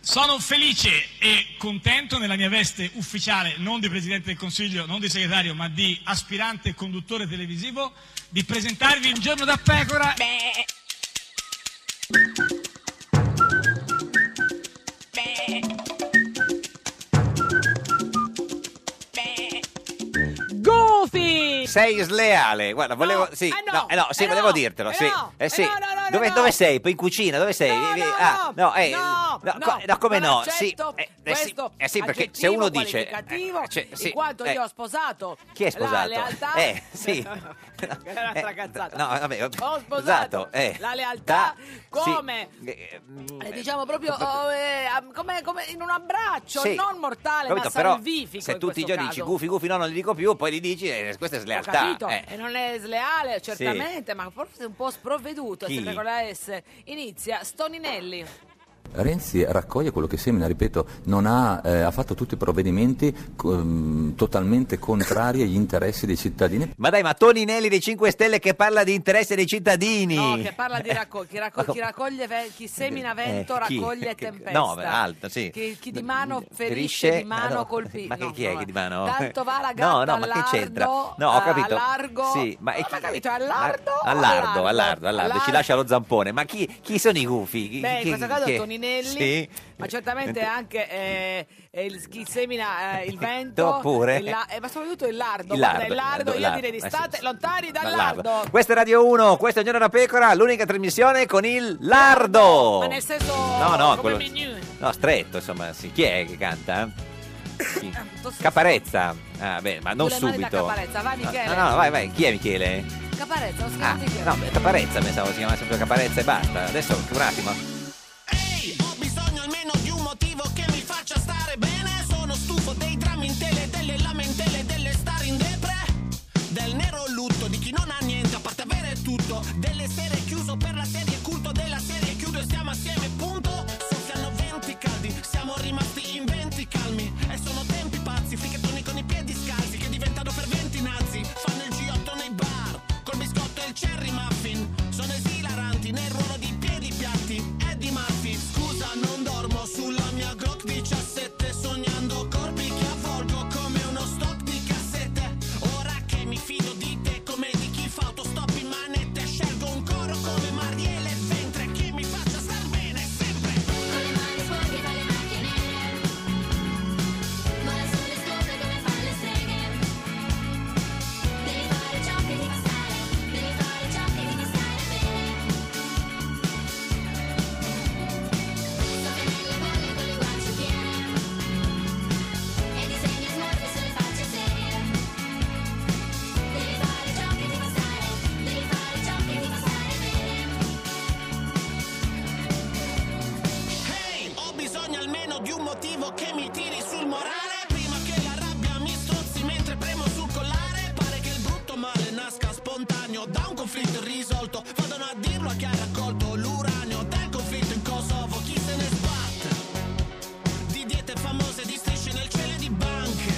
Sono felice e contento nella mia veste ufficiale, non di Presidente del Consiglio, non di segretario, ma di aspirante conduttore televisivo, di presentarvi un giorno da pecora. Goofy! Sei sleale, guarda, volevo, sì, eh no, no, eh no, sì, eh volevo no, dirtelo, eh sì, no, eh eh sì. no, no, no, dove, no. dove sei? Poi in cucina, dove sei? No, Eh, no, ah, no, eh, no, co- no, come non no? Sì, accetto eh, eh, sì, questo eh, sì, perché se uno dice, aggettivo eh, cioè, qualificativo, sì, in quanto eh, io ho sposato chi è la sposato? lealtà Eh, sì. Che era una stracazzata. no, vabbè, ho ho sposato sposato, eh, la lealtà ta- come sì, eh, mm, eh, diciamo proprio oh, eh, am- come, come in un abbraccio Sì. non mortale capito, ma però salvifico se in tu tutti i questo giorni dici caso. gufi gufi no non li dico più poi li dici eh, questa è Ho slealtà capito, eh. e non è sleale, certamente, ma forse un po' sprovveduto, Chi? sempre con la S. Inizia Stoninelli. Renzi raccoglie quello che semina, ripeto, non ha, eh, ha fatto tutti i provvedimenti ehm, totalmente contrari agli interessi dei cittadini. Ma dai, ma Toninelli dei 5 Stelle che parla di interesse dei cittadini. No, che parla di raccoglie, chi, racco- chi raccoglie ve- chi semina vento Eh, chi? raccoglie Che- tempesta. no, beh, alto, sì. Chi, chi di mano ferisce, Ferisce- di mano ah, no. colpisce. Ma che chi è che di mano? Tanto va la No, gatta no, ma che all'ardo, c'entra? No, ho a- capito. Allargo. Sì, ma è No, chi- ma capito, è allardo o Allardo, allardo? allardo, allardo, ci Allardo. lascia lo zampone. Ma chi, chi sono i gufi? Chi- Beh, in chi- questo caso chi è? Toninelli, Sì. ma certamente anche eh, eh, il- chi semina eh, il vento, Tu pure. il la- eh, ma soprattutto il lardo, Il guarda, lardo, il lardo, il io lardo, direi di eh, sì, state sì. lontani dal, Allardo. lardo. Questa è Radio 1, questo è Un Giorno da Pecora, l'unica trasmissione con il lardo. Ma nel senso No, no, come quello- Mignon. No, stretto, insomma, sì. Chi è che canta? Chi? Piuttosto- Caparezza. Ah, beh, ma non Con le mani da subito. Caparezza, va Michele. No, no, no, vai, vai. Chi è Michele? Caparezza, lo scrivo Ah, Michele. no, beh, Caparezza pensavo si chiamasse proprio Caparezza e basta. Adesso un attimo. Ehi, ho bisogno almeno di un motivo che mi faccia stare bene. Sono stufo dei drammi in tele, delle lamentele, delle star in depre. Del nero lutto di chi non ha niente a parte avere tutto. Delle sere chiuso per la serie, culto della serie chiudo e stiamo assieme, punto. Soffiano 20 caldi, siamo rimasti in 20 calmi. E sono tempi pazzi, fricchettoni con i piedi scalzi che diventano ferventi nazi. Fanno il G8 nei bar, col biscotto e il cherry muffin. Sono esilaranti nel ruolo di piedi piatti. Eddie Murphy, scusa non dormo sulla mia Glock 17 sognando corpi che avvolgo come uno stock di cassette. Ora che mi fido di te come di chi fa autostop in manette, scelgo un coro come Marielle Ventre che mi faccia star bene sempre. Hey, ho bisogno almeno di un motivo che mi tiri sul morale. Prima che la rabbia mi strozzi mentre premo sul collare. Pare che il brutto male nasca spontaneo da un conflitto irrisolto. Vadano a dirlo a chi ha raccolto l'uranio del conflitto in Kosovo. Chi se ne sbatte? Di diete famose, di strisce nel cielo e di banche.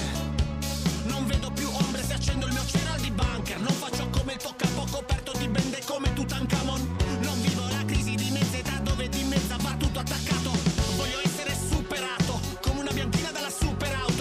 Non vedo più ombre se accendo il mio ceral di bunker Non faccio come il tuo capo coperto di bende come Tutankhamon Non vivo la crisi di mezz'età dove di mezza va tutto attaccato Voglio essere superato come una bianchina dalla super out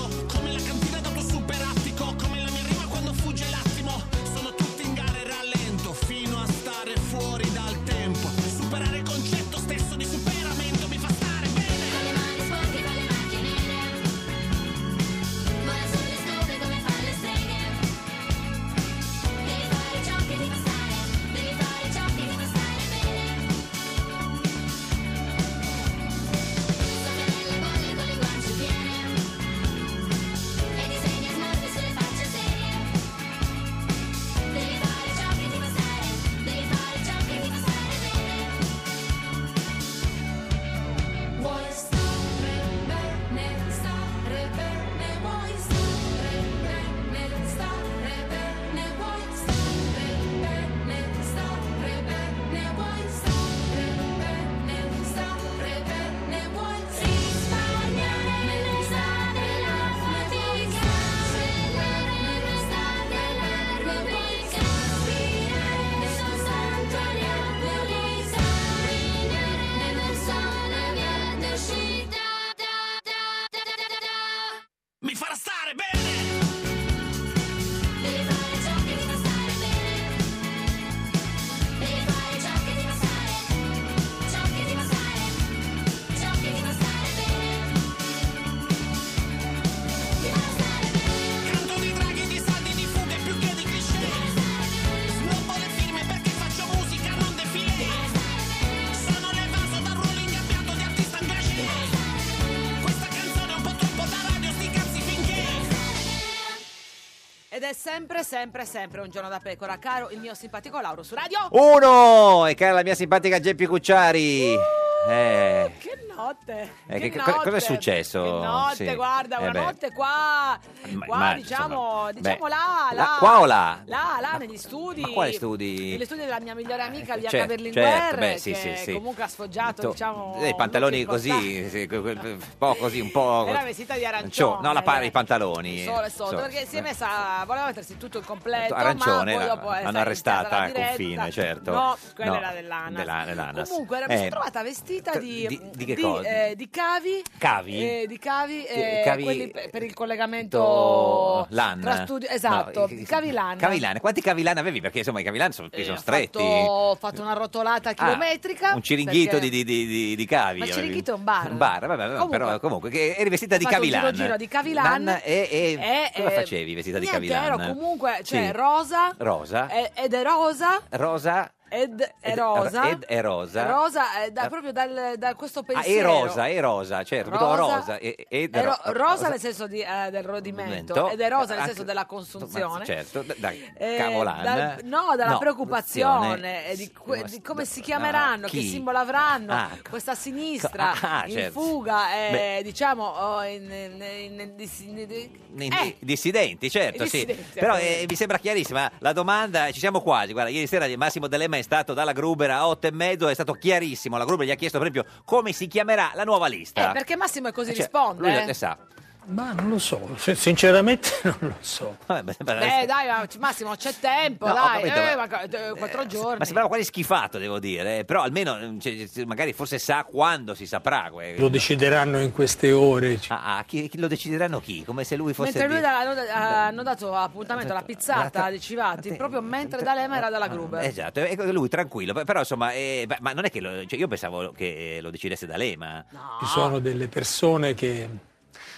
Ed è sempre, sempre, sempre un giorno da pecora, caro il mio simpatico Lauro su radio. Oh, Uno! E cara la mia simpatica Geppi Cucciari. Eh, Uh, Che notte! eh, che che- che- notte. cosa è successo? Che notte, Sì. guarda, Eh una beh. notte qua, Ma- qua ma, diciamo, insomma, diciamo beh, là, là, la- qua o là? Là, là, negli studi. ma quali studi? Negli studi della mia migliore amica, Bianca certo, Berlinguer, certo, beh, sì, che sì, sì. comunque ha sfoggiato, To- diciamo... dei eh, pantaloni look importanti. così, sì, que- que- un po' così, un po'. Era vestita di Cio- arancione. no, la pari i eh, pantaloni. Solo e sotto, Insomma, perché si è messa, voleva mettersi tutto il completo. arancione, ma poi la- dopo è l'hanno stata arrestata iniziata a la confine, diretta. certo. No, quella No, era dell'ANAS. della- dell'ANAS. Comunque, era- mi sono Eh, trovata vestita di, di- di che cosa? eh, di cavi. Cavi? eh, di cavi, Che- eh, cavi- quelli per, per il collegamento LAN. tra studio. Esatto, No, di cavi LAN. Cavilana, quanti cavilana avevi? Perché insomma i cavilana sono, sono Eh, Ho stretti. fatto- Ho fatto una rotolata chilometrica. Ah, un ciringhito perché- di, di, di, di- di cavi. Ma il avevi. ciringhito è un bar. Un bar, vabbè, vabbè, Comunque. però comunque che eri vestita Ho di fatto un cavilan. giro giro di Cavilan Lan, e, e e, cosa eh, facevi vestita di niente, cavilan? ero comunque cioè Sì. rosa Eh, Rosa. e- ed è rosa rosa. ed è rosa Ed è rosa. rosa è da- proprio dal, da questo Ah, e pensiero rosa, e rosa, certo, rosa, rosa e, e è ro- ro- rosa nel senso di, eh, del rodimento Rodimento. ed è rosa nel Ah, senso della Ma consunzione certo, da, da Eh, Cavolan. dal- no, dalla No, preoccupazione Luzione. eh, di, que- di come si chiameranno, Ah, che chi? simbolo avranno, Ah, questa sinistra ah, in certo. fuga, eh, Beh. diciamo, oh, in- in- in- dis- in- I- eh, i dissidenti, certo, I sì. dissidenti, Però appunto. eh, mi sembra chiarissima la domanda, ci siamo quasi. Guarda, ieri sera Massimo D'Alema è stato dalla Grubera a otto e mezzo, è stato chiarissimo. La Grubera gli ha chiesto, per esempio, come si chiamerà la nuova lista. eh, perché Massimo è così ah. Cioè, risponde. Lui eh. ne sa. Ma non lo so, sin- sinceramente non lo so. Vabbè, beh, beh, Beh, dai, ma- Massimo, c'è tempo, No, ho dai, capito, eh, ma- ma- eh, quattro giorni. Ma sembrava quasi schifato, devo dire. eh, Però almeno eh, cioè, cioè, magari forse sa quando si saprà. que- Lo decideranno in queste ore. Ah, ah, chi, chi lo decideranno chi? Come se lui fosse. Mentre lui di- esatto. da- hanno, hanno dato appuntamento alla pizzata Guarda- di Civatti, proprio mentre D'Alema era dalla Gruber. Esatto, e lui tranquillo, però insomma, eh, beh, ma non è che lo- cioè, io pensavo che eh, lo decidesse D'Alema. Ci sono delle persone che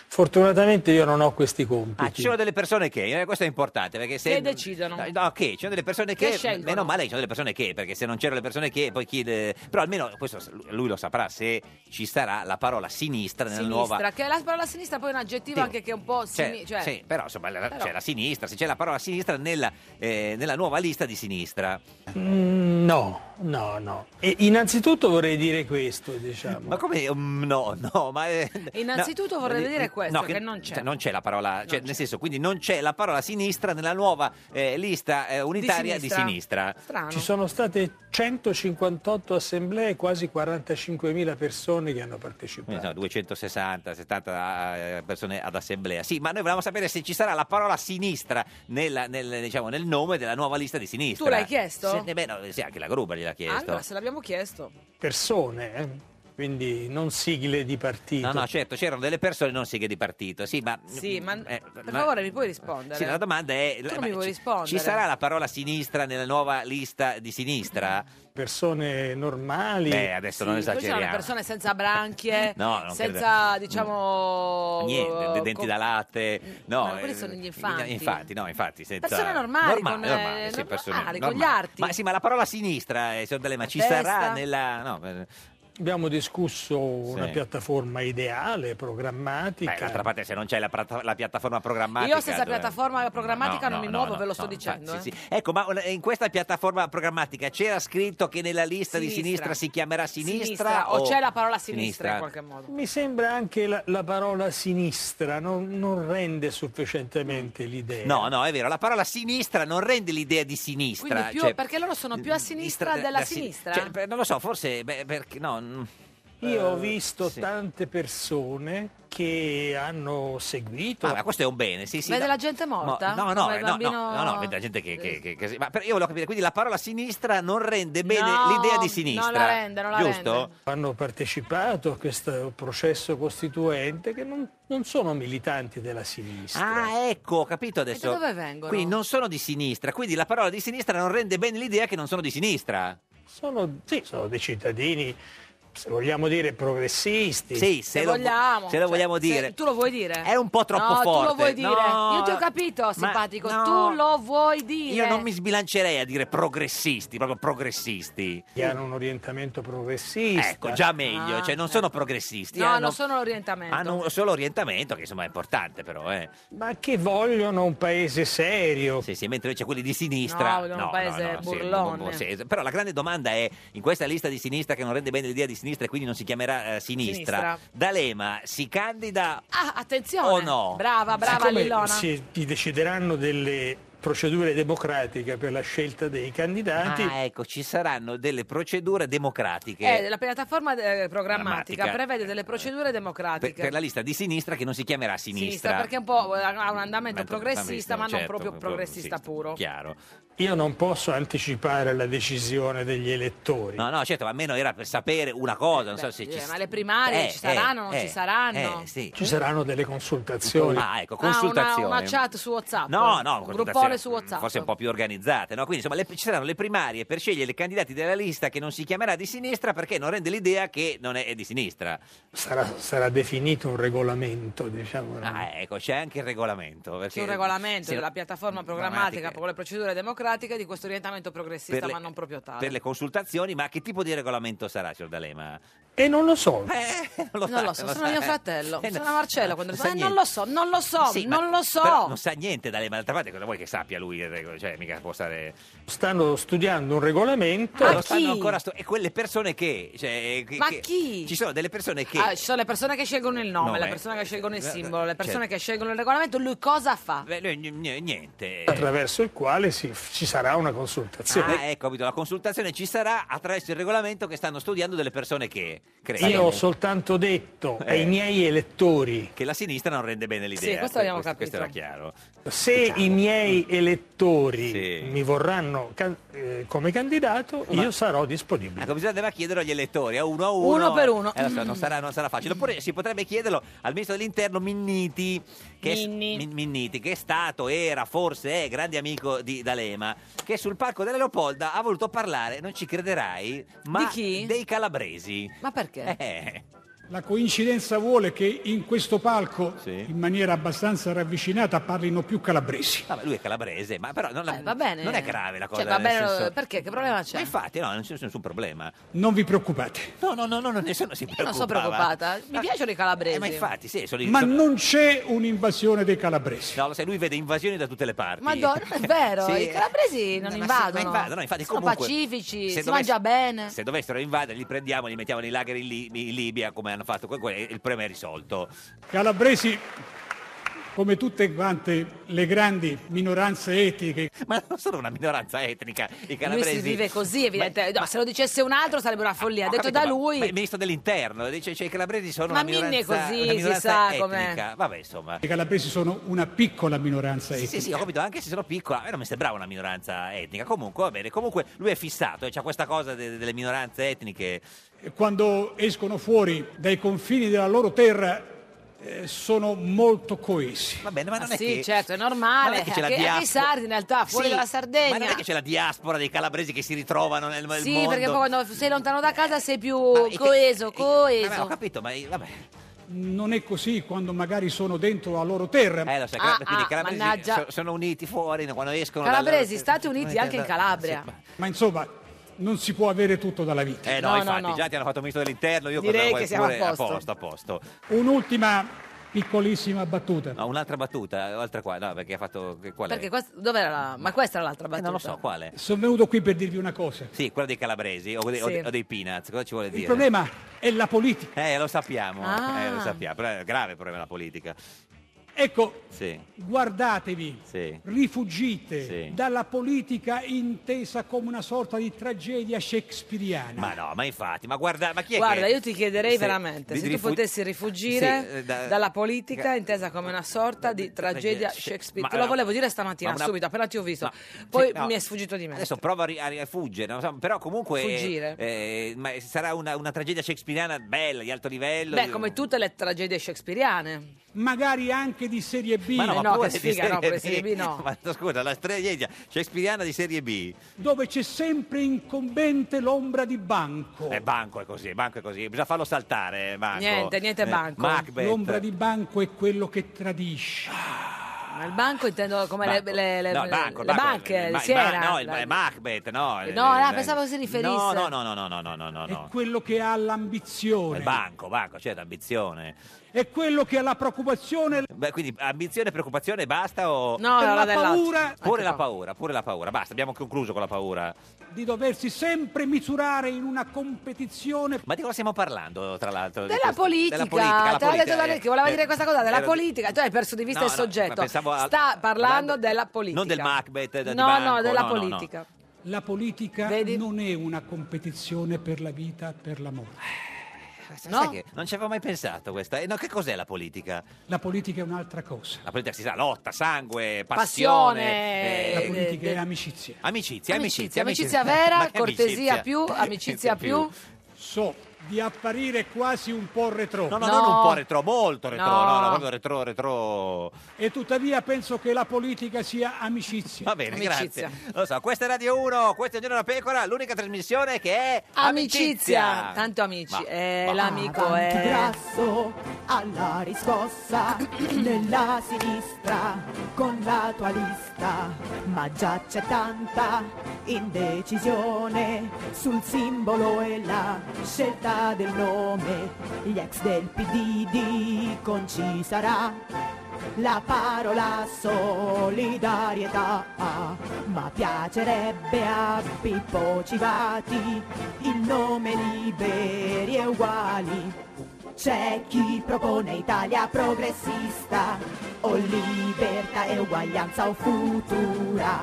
fortunatamente io non ho questi compiti. Ah, ci sono delle persone che, eh, questo è importante perché se... Che decidono. No, no, che ci sono delle persone Che che... scelgono. meno male che ci sono delle persone che, perché se non c'erano le persone che, poi chi... le- Però almeno questo s- lui lo saprà se ci sarà la parola sinistra nella sinistra, Eh, nuova... che la parola sinistra poi è un aggettivo Sì. anche che è un po' Cioè, sini- cioè, sì, però insomma la- Però- c'è la sinistra, se c'è la parola sinistra nella, eh, nella nuova lista di sinistra. Mm, No, no, no. E innanzitutto vorrei dire questo, diciamo. Ma come? mm, no, no, ma... eh, Innanzitutto vorrei eh, dire questo, che che non c'è. cioè, Non c'è la parola, cioè, nel senso, quindi non c'è la parola sinistra nella nuova eh, lista eh, unitaria di sinistra. Strano. Ci sono state 158 assemblee e quasi 45.000 persone che hanno Eh, partecipato. no, 260, 70 eh, persone ad assemblea. Sì, ma noi volevamo sapere se ci sarà la parola sinistra nella- nel, diciamo, nel nome della nuova lista di sinistra. Tu l'hai chiesto? Se- eh, beh, no, sì, anche la Gruber gliel'ha Ah, chiesto. allora, se l'abbiamo chiesto. Persone, eh? quindi non sigle di partito. No, no, certo, c'erano delle persone non seghe di partito. Sì, ma, Sì, ma eh, per ma- favore mi puoi rispondere? Sì, la domanda è: Tu non ma mi vuoi ci- rispondere. Ci sarà la parola sinistra nella nuova lista di sinistra? Persone normali. Beh, adesso non Sì, poi ci sono esageriamo. persone senza branchie, No, non Mm. senza diciamo Niente, de- denti co- Mm, da latte, no, Ma quelli eh, sono gli infanti. Infatti, no, infatti, senza- Persone normali, con, eh, sì, persone normali, con gli arti. Ma sì, ma la parola sinistra, eh, signor D'Alema, ci testa. sarà nella no, eh, Abbiamo discusso una Sì. piattaforma ideale, programmatica. beh, d'altra parte se non c'è la, prata- la piattaforma programmatica. Io senza piattaforma programmatica non mi muovo, ve lo sto infatti, dicendo, sì, eh. sì. Ecco, ma eh, in questa piattaforma programmatica c'era scritto che nella lista di Sinistra. sinistra si chiamerà sinistra, o c'è la parola sinistra, in qualche modo. Mi sembra anche la, la parola sinistra non, non rende sufficientemente l'idea. No, no, è vero, la parola sinistra non rende l'idea di sinistra. Quindi più- cioè- perché loro sono più a sinistra Distra- della da- sinistra? Cioè, per- non lo so, forse beh, perché no. mm, Io ho eh, visto sì. tante persone che hanno seguito. Ah, ma questo è un bene, sì, sì. Vede no. la gente morta? Mo- No, no, eh, Come il no, bambino- no, no, no, vede la gente che... che- che- che- ma per- io volevo capire, quindi la parola sinistra non rende bene No, l'idea di non sinistra. la rende, non la giusto? rende. Hanno partecipato a questo processo costituente che non, non sono militanti della sinistra. Ah, ecco, ho capito adesso. E da dove vengono? Quindi non sono di sinistra, quindi la parola di sinistra non rende bene l'idea che non sono di sinistra. Sono, sì, sono dei cittadini se vogliamo dire, progressisti. Sì, se, lo, vogliamo. se lo Cioè, vogliamo se- dire. tu lo vuoi dire? È un po' troppo no, tu forte. lo vuoi dire. No, Io ti ho capito, simpatico. no. Tu lo vuoi dire. Io non mi sbilancerei a dire progressisti, proprio progressisti. Che hanno un orientamento progressista. Ecco, già meglio, Ah, cioè non sono progressisti, No, hanno, non sono l'orientamento. hanno solo orientamento, che insomma è importante però, eh. Ma che vogliono un paese serio. Sì, sì, mentre invece quelli di sinistra... No, vogliono un paese sì, burlone. buon senso. però la grande domanda è, in questa lista di sinistra che non rende bene l'idea di sinistra e quindi non si chiamerà eh, sinistra, Sinistra. D'Alema si candida... Ah, attenzione. O no? Brava, brava Siccome Lillona. Si si decideranno delle procedure democratiche per la scelta dei candidati. Ah, ecco, ci saranno delle procedure democratiche. Eh, la piattaforma eh, programmatica Grammatica. prevede delle procedure per, democratiche. per la lista di sinistra che non si chiamerà sinistra. sinistra, perché è un po' eh, ha un andamento Ma- progressista, ma non certo, proprio progressista puro. Chiaro. Io non posso anticipare la decisione degli elettori. No, no, certo, ma almeno era per sapere una cosa, non so se ci Eh, ma le primarie Eh, ci saranno, eh, non eh, ci saranno? eh, sì. Ci saranno delle consultazioni. Ah, ecco, Ah, consultazioni. una, una chat su WhatsApp. No, no, Ah, un consultazioni, gruppone su WhatsApp. Forse un po' più organizzate, no? Quindi insomma le- ci saranno le primarie per scegliere i candidati della lista che non si chiamerà di sinistra perché non rende l'idea che non è, è di sinistra. Sarà, sarà definito un regolamento, diciamo. no? Ah, ecco, c'è anche il regolamento. Perché, sul regolamento sì, della piattaforma programmatica. programmatica con le procedure democratiche di questo orientamento progressista, Per le- ma non proprio tale. per le consultazioni, ma che tipo di regolamento sarà, signor D'Alema? E non lo so. Eh, Non lo so, sono mio fratello, sono Marcello. Quando sa eh, non niente. lo so, non lo so, Sì, ma- non lo so. però non sa niente D'Alema, d'altra parte cosa vuoi che sappia lui? il regolo? Cioè, mica può stare... Stanno studiando un regolamento. Ma Lo stanno chi? ancora sto- E quelle persone che... cioè, che- Ma che- chi? Ci sono delle persone che... Ah, ci sono le persone che scelgono il nome, Nome. le persone che scelgono il Eh, simbolo, le persone certo. che scelgono il regolamento. Lui cosa fa? Beh, lui n- n- niente... attraverso il quale si- ci sarà una consultazione. Eh. Ah, ecco, capito, la consultazione ci sarà attraverso il regolamento che stanno studiando delle persone che... Credo. Io ho soltanto detto Eh. ai miei elettori, Che la sinistra non rende bene l'idea. Sì, questo abbiamo Questo era capito. chiaro. se i miei elettori Diciamo. Sì. mi vorranno can- eh, come candidato, io sarò disponibile. Ecco, bisognava chiederlo agli elettori, a uno a uno. Uno per uno. Eh, lo so, non, sarà, non sarà facile. Oppure si potrebbe chiederlo al ministro dell'interno Minniti, che, è, Minni. Min- Minniti, che è stato, era, forse è, grande amico di D'Alema, che sul palco della Leopolda ha voluto parlare, non ci crederai, ma Di chi? dei calabresi. Ma perché? Eh, La coincidenza vuole che in questo palco, Sì. in maniera abbastanza ravvicinata, parlino più calabresi. vabbè, lui è calabrese, ma però non, Eh, va bene. non è grave la cosa. Cioè, va nel bene, senso- perché? Che problema c'è? Ma infatti, no, non c'è nessun problema. Non vi preoccupate. No, no, no, no, no, nessuno si preoccupa. non sono preoccupata. Mi piacciono i calabresi. eh, ma infatti, sì, sono i- Ma sono- non c'è un'invasione dei calabresi. No, lo sai, lui vede invasioni da tutte le parti. Ma do- non è vero, i calabresi non eh. Ma sì, invadono. ma invadono, infatti, Sono comunque, pacifici, se si mangia bene. Se dovessero invadere, li prendiamo, li mettiamo nei lager in, Li- in Libia, come hanno fatto con quelli, il problema è risolto. Calabresi, come tutte quante le grandi minoranze etniche, Ma non sono una minoranza etnica, i Lui calabresi. si vive così, evidentemente. No, se lo dicesse un altro sarebbe una follia. Ho Detto Ah, capito, da ma- lui. ma il ministro dell'interno dice cioè, i calabresi sono Ma una Minni è minoranza così, una si minoranza sa com'è. etnica. Vabbè, insomma. i calabresi sono una piccola minoranza Sì, etnica. sì, sì, ho capito, anche se sono piccola, a me non mi sembrava una minoranza etnica. Comunque, va bene, comunque lui è fissato, c'è questa cosa de- delle minoranze etniche. Quando escono fuori dai confini della loro terra, eh, sono molto coesi. Va bene, ma non Ah, è sì, che... certo, è ma normale. non è che c'è la Anche- anche i diaspora- sardi, in realtà, fuori Sì, dalla Sardegna. Ma non è che c'è la diaspora dei calabresi che si ritrovano nel nel Sì, mondo. Eh, perché poi quando sei lontano da casa sei più Ma- e che- coeso, e- coeso. Vabbè, ho capito, ma vabbè. Non è così quando magari sono dentro la loro terra. Eh, lo sai, Ah, quindi i ah, calabresi mannaggia. so- sono uniti fuori no, quando escono Calabresi, dalla- state uniti anche in Calabria. Sì, ma- Ma insomma, non si può avere tutto dalla vita. Eh no, No, no, infatti, no. già ti hanno fatto ministro dell'interno, io Direi cosa vuoi che siamo a pure? posto. A posto, a posto. Un'ultima piccolissima battuta. No, un'altra battuta, oltre qua, no, perché ha fatto... che- Qual è? Perché questa, dov'era la, ma questa era l'altra Eh, battuta. non lo so, quale? Sono venuto qui per dirvi una cosa. Sì, quella dei calabresi o dei, o Sì. dei- o dei peanuts, cosa ci vuole Il dire? problema è la politica. Eh, lo sappiamo, Ah. eh, lo sappiamo, però è grave il problema la politica. Ecco, Sì, guardatevi, Sì. rifugite Sì. dalla politica intesa come una sorta di tragedia shakespeariana. ma no, ma infatti, ma guarda, ma chi è Guarda, che- io ti chiederei se- veramente di- se di tu rifu- potessi rifugire Sì, eh, da- dalla politica Ca- intesa come una sorta di tragedia Shakespeare. Ma- Te lo volevo dire stamattina, ma una- subito, appena ti ho visto. Ma- Poi Certo. sì, no. mi è sfuggito di me. Adesso prova a, ri- a ri- a fuggere, non so, però comunque... Fuggire. eh, ma sarà una, una tragedia shakespeariana bella, di alto livello. Beh, di- come tutte le tragedie shakespeariane. magari anche di Serie B, Ma no, ma pure di serie B. Ma no, scusa, la strategia shakespeariana di serie B. dove c'è sempre incombente l'ombra di Oh. Banco. Eh, banco è così, banco è così. Bisogna farlo saltare, eh, Banco. Niente, niente Banco. Macbeth. L'ombra di Banco è quello che tradisce. Ma il banco intendo come le, Banco. le- le- No, le- il banco, il le banco, banche il- di ma- il Siena. ba- no, il, La- il Macbeth, no. il- No, ah, il- pensavo si riferisse. No, no, no, no, no, no, no, no, no, no. Quello che ha l'ambizione, Il banco, banco, certo, c'è l'ambizione. è quello che ha la preoccupazione. Beh, quindi ambizione, preoccupazione, basta o... No, E la la dell'altro. paura- Pure la paura, pure la paura. Basta, abbiamo concluso con la paura. di doversi sempre misurare in una competizione. Ma di cosa stiamo parlando, tra l'altro? di Della questo- politica, della politica, la te l'ha detto politica, Zanetti, eh, voleva eh, dire questa cosa della ero- politica, tu hai perso di vista No, il no, soggetto. ma pensavo al- Sta parlando della politica. Non del Macbeth, del No, banco, no, della no, no, no. politica. La politica non è una competizione per la vita, per l'amore. Sai che non ci avevo mai pensato questa. E no, che cos'è la politica? La politica è un'altra cosa. La politica si sa, lotta, sangue, passione. Passione, la eh, politica eh, è amicizia. Amicizia, Amicizia, amicizia, amicizia vera, Ma che cortesia amicizia? più, amicizia più. So di apparire quasi un po' retro. No, no, non un po' retro, molto retro, No. no, no, proprio retro, retro. E tuttavia penso che la politica sia amicizia. Va bene, grazie. Lo so, questa è Radio 1, questo è Giorno da Pecora, l'unica trasmissione che è Amicizia. amicizia. Tanto amici, Ma- eh, ma- l'amico Avanti è... grasso alla riscossa nella sinistra con la tua lista, ma già c'è tanta indecisione sul simbolo e la scelta del nome. Gli ex del PD dicono ci sarà la parola solidarietà, ma piacerebbe a Pippo Civati il nome liberi e uguali. C'è chi propone Italia progressista, o libertà e uguaglianza o futura,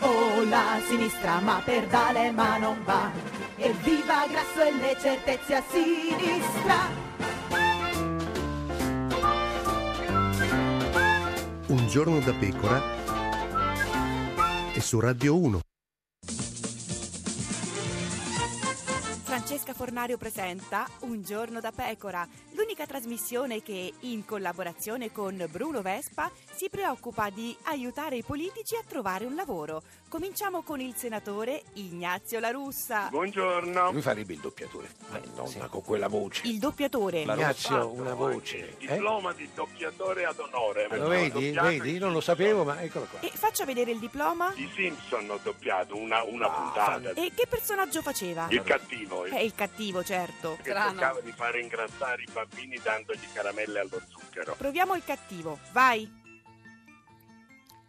o la sinistra ma per D'Alema non va, e viva Grasso e le certezze a sinistra. Un giorno da pecora e su Radio 1. Francesca Fornario presenta Un giorno da pecora, l'unica trasmissione che, in collaborazione con Bruno Vespa, si preoccupa di aiutare i politici a trovare un lavoro. Cominciamo con il senatore Ignazio La Russa. Buongiorno. Lui farebbe il doppiatore. Madonna, con quella voce. Il doppiatore. Ignazio, una voce. Diploma di doppiatore ad onore. Ah, Lo vedi? Vedi? Non lo sapevo, ma eccolo qua. E faccia vedere il diploma. I Simpson ho doppiato una, una Ah, puntata. E che personaggio faceva? Il cattivo. Eh, il cattivo, certo. che cercava di far ingrassare i bambini dandogli caramelle allo zucchero. Proviamo il cattivo, vai!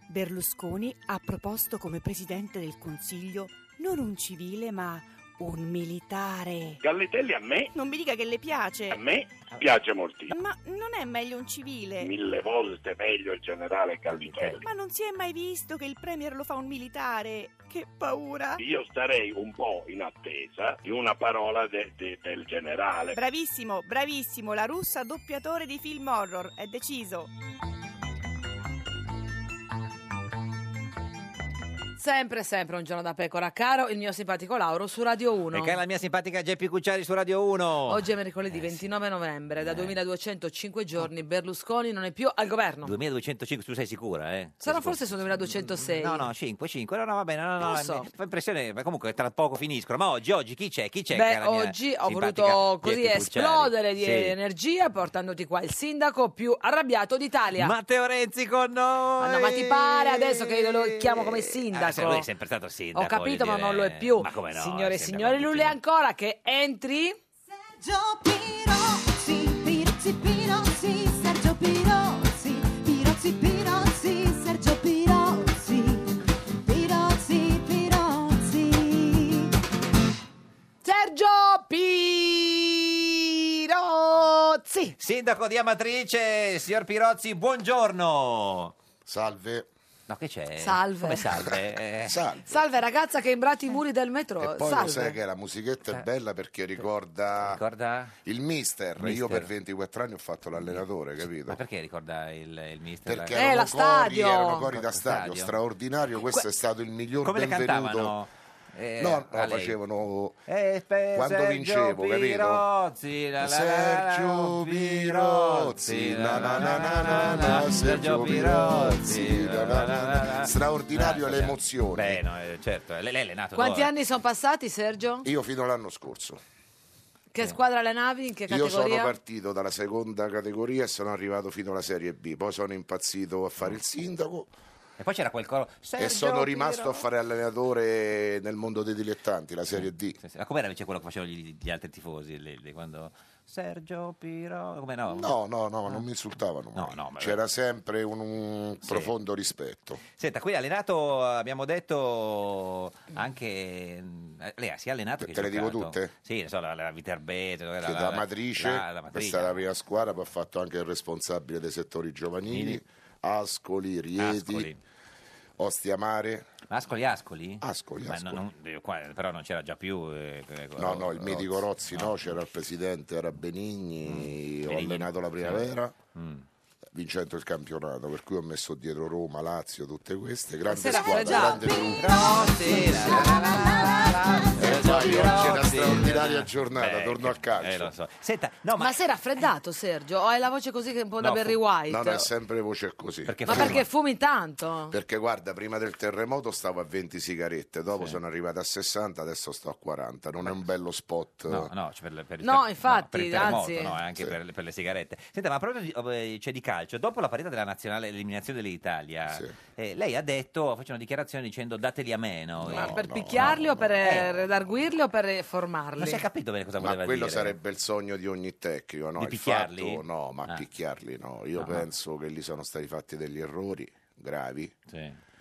Berlusconi ha proposto come presidente del Consiglio non un civile ma un militare. Gallitelli a me, Non mi dica che le piace. a me piace moltissimo. Ma non è meglio un civile? Mille volte meglio il generale Gallitelli. Ma non si è mai visto che il premier lo fa un militare? Che paura! Io starei un po' in attesa di una parola de- de- del generale. Bravissimo, bravissimo, la russa doppiatore di film horror, è deciso. Sempre, sempre un giorno da pecora, caro il mio simpatico Lauro su Radio 1. E che è la Eh, mia simpatica Geppi Cucciari su Radio 1. Oggi è mercoledì 29 novembre, Eh. da 2205 giorni Berlusconi non è più al governo. 2205, tu sei sicura, eh? Sarà forse su 2206. No, no, 5, 5. No, no, va bene, no, no, Non no, so. mi Fa impressione, ma comunque tra poco finiscono. Ma oggi, oggi chi c'è? Chi c'è? Beh, cara mia oggi ho simpatica voluto così Geppi Cucciari? esplodere di Sì. energia portandoti qua il sindaco più arrabbiato d'Italia. Matteo Renzi con noi! Ma, no, ma ti pare adesso che io lo chiamo come sindaco? Ah, se lui è sempre stato sindaco. Ho capito, voglio ma non dire. lo è più. Ma come no? Signore è e sempre- signori, lui è ancora che entri. Sergio Pirozzi, Pirozzi, Pirozzi, Sergio Pirozzi, Pirozzi, Pirozzi, Sergio Pirozzi, Pirozzi, Pirozzi. Sergio Pirozzi. Sindaco di Amatrice, signor Pirozzi, buongiorno. Salve. No, che c'è? Salve. Come salve? Salve. Salve ragazza che ha imbrato i muri del metro. E poi lo sai Salve. che la musichetta è Eh. bella perché ricorda, il mister. Io Mister. per 24 anni ho fatto l'allenatore, capito? Ma perché ricorda il, il mister? Perché Eh, erano la cori, stadio. erano cori da Stadio. stadio, straordinario. Questo Que- è stato il miglior Come le benvenuto. cantavano? eh, no, a no, lei. facevano Eh, pe- quando Sergio vincevo, Pirozzi, la, la, capito? la, Sergio Pirozzi, na, na, na, na, na, na, Sergio Pirozzi, na, na, na, na. straordinario le emozioni. Ah, Beh, no, eh, certo, eh, lei, lei è nato Quanti dopo, anni sono passati, Sergio? Io fino all'anno scorso. Che squadra le navi? In che Io sono categoria? partito dalla seconda categoria e sono arrivato fino alla Serie B, poi sono impazzito a fare il sindaco eh. E poi c'era quel coro. Sergio e sono rimasto a Pirozzi. fare allenatore nel mondo dei dilettanti, la Serie D. Sì, sì. Ma com'era invece quello che facevano gli, gli altri tifosi? le- le- quando... Sergio Pirozzi, come no? No, no, no, non mi insultavano. mai. no, ma- C'era sempre un, un profondo rispetto. Senta, qui allenato, abbiamo detto anche. eh, Lei si è allenato. Che Te le dico giocato. tutte? Sì, ne so, la, la Viterbese, la, Che da Matrice, la- questa la è Matrice. stata la prima squadra, poi ha fatto anche il responsabile dei settori giovanili, Ascoli, Rieti, Ascoli. Ostia Mare. Ascoli, Ascoli? Ascoli, Ma non- non- eh, qua- però non c'era già più. eh, que- No, no, il Rozzi. mitico Rozzi, no, c'era il presidente, era Benigni, ho Benigni, allenato la sì. primavera. Mm. Vincendo il campionato, per cui ho messo dietro Roma, Lazio, tutte queste. Grande Sera squadra, fregiata. grande gruppo. E vai, oggi è una straordinaria giornata, torno al calcio. Senta, ma... sei raffreddato, Sergio? O hai la voce così che è un po' da No, Barry fu- White? No, no, è sempre voce così. Perché ma perché fumi tanto? Perché guarda, prima del terremoto stavo a 20 sigarette, dopo sono arrivato a 60, adesso sto a 40. Non è un bello spot. No, no, cioè per, per il No, ter- infatti, per il terremoto, anzi. no, eh, anche Sì. per, per le sigarette. Senta, ma proprio di- eh, c'è di calcio, dopo la partita della nazionale, l'eliminazione dell'Italia, eh, lei ha detto, ha fatto una dichiarazione dicendo dateli a meno. ma eh. per picchiarli o per eh, redarguirli o per eh, formarli? Non si è capito bene cosa Ma voleva quello dire. sarebbe il sogno di ogni tecnico, no? Di Il picchiarli? fatto- no, ma Ah. picchiarli no. Io Ah. penso che lì sono stati fatti degli errori gravi. Sì.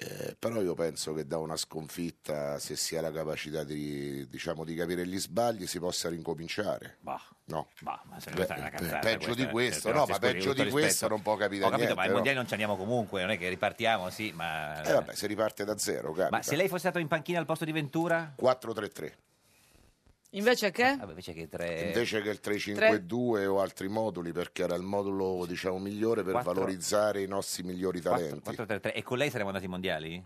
Eh, però io penso che da una sconfitta, se si ha la capacità di, diciamo, di capire gli sbagli, si possa rincominciare. No. Ma se questa è una Pe- cazzata, peggio questa, di eh, questo, cioè, no, ragazzi, ma scusi, peggio tutto di rispetto. questo non può capire Ho capito, niente, ma ai no? mondiali non ci andiamo comunque, non è che ripartiamo, sì, ma... E vabbè, si riparte da zero, capita. ma se lei fosse stato in panchina al posto di Ventura? 4-3-3. Invece che? Eh, Vabbè, invece che tre... Invece che il 352 o altri moduli, perché era il modulo diciamo migliore per Quattro- valorizzare i nostri migliori talenti. 4-3-3. E con lei saremmo andati ai mondiali?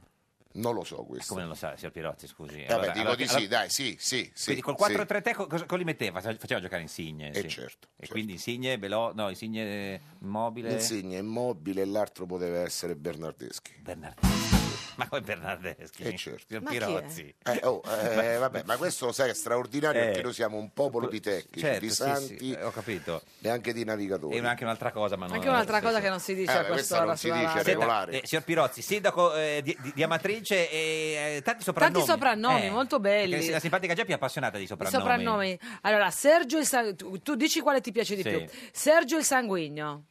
Non lo so questo. Come non lo sa, signor Pirozzi, scusi. Vabbè, dico di sì, dai, sì, sì. sì, Quindi col sì. 4-3-3 co- cosa- cosa li metteva? Faceva faceva giocare Insigne. Eh, sì. certo, E quindi Insigne, Belò, no, Insigne eh, Immobile. Insigne immobile e l'altro poteva essere Bernardeschi. Ma come Bernardeschi? Eh, certo. Signor Pirozzi. Eh, oh, eh, vabbè, ma questo lo sai è straordinario Eh. perché noi siamo un popolo di tecnici, Certo, di sì, santi sì, eh, ho capito. e anche di navigatori. E un- anche un'altra cosa, ma non... Anche un'altra sì, cosa sì. che non si dice Eh, a beh, questa quest'ora non si sulla dice, radio. è regolare. eh, signor Pirozzi, sindaco eh, di, di- di Amatrice e eh, tanti soprannomi. soprannomi, molto belli. Eh. perché La simpatica Geppi è appassionata di I soprannomi. soprannomi. Allora, Sergio il Sanguigno. Tu, tu dici quale ti piace di Sì. più. Sergio il Sanguigno.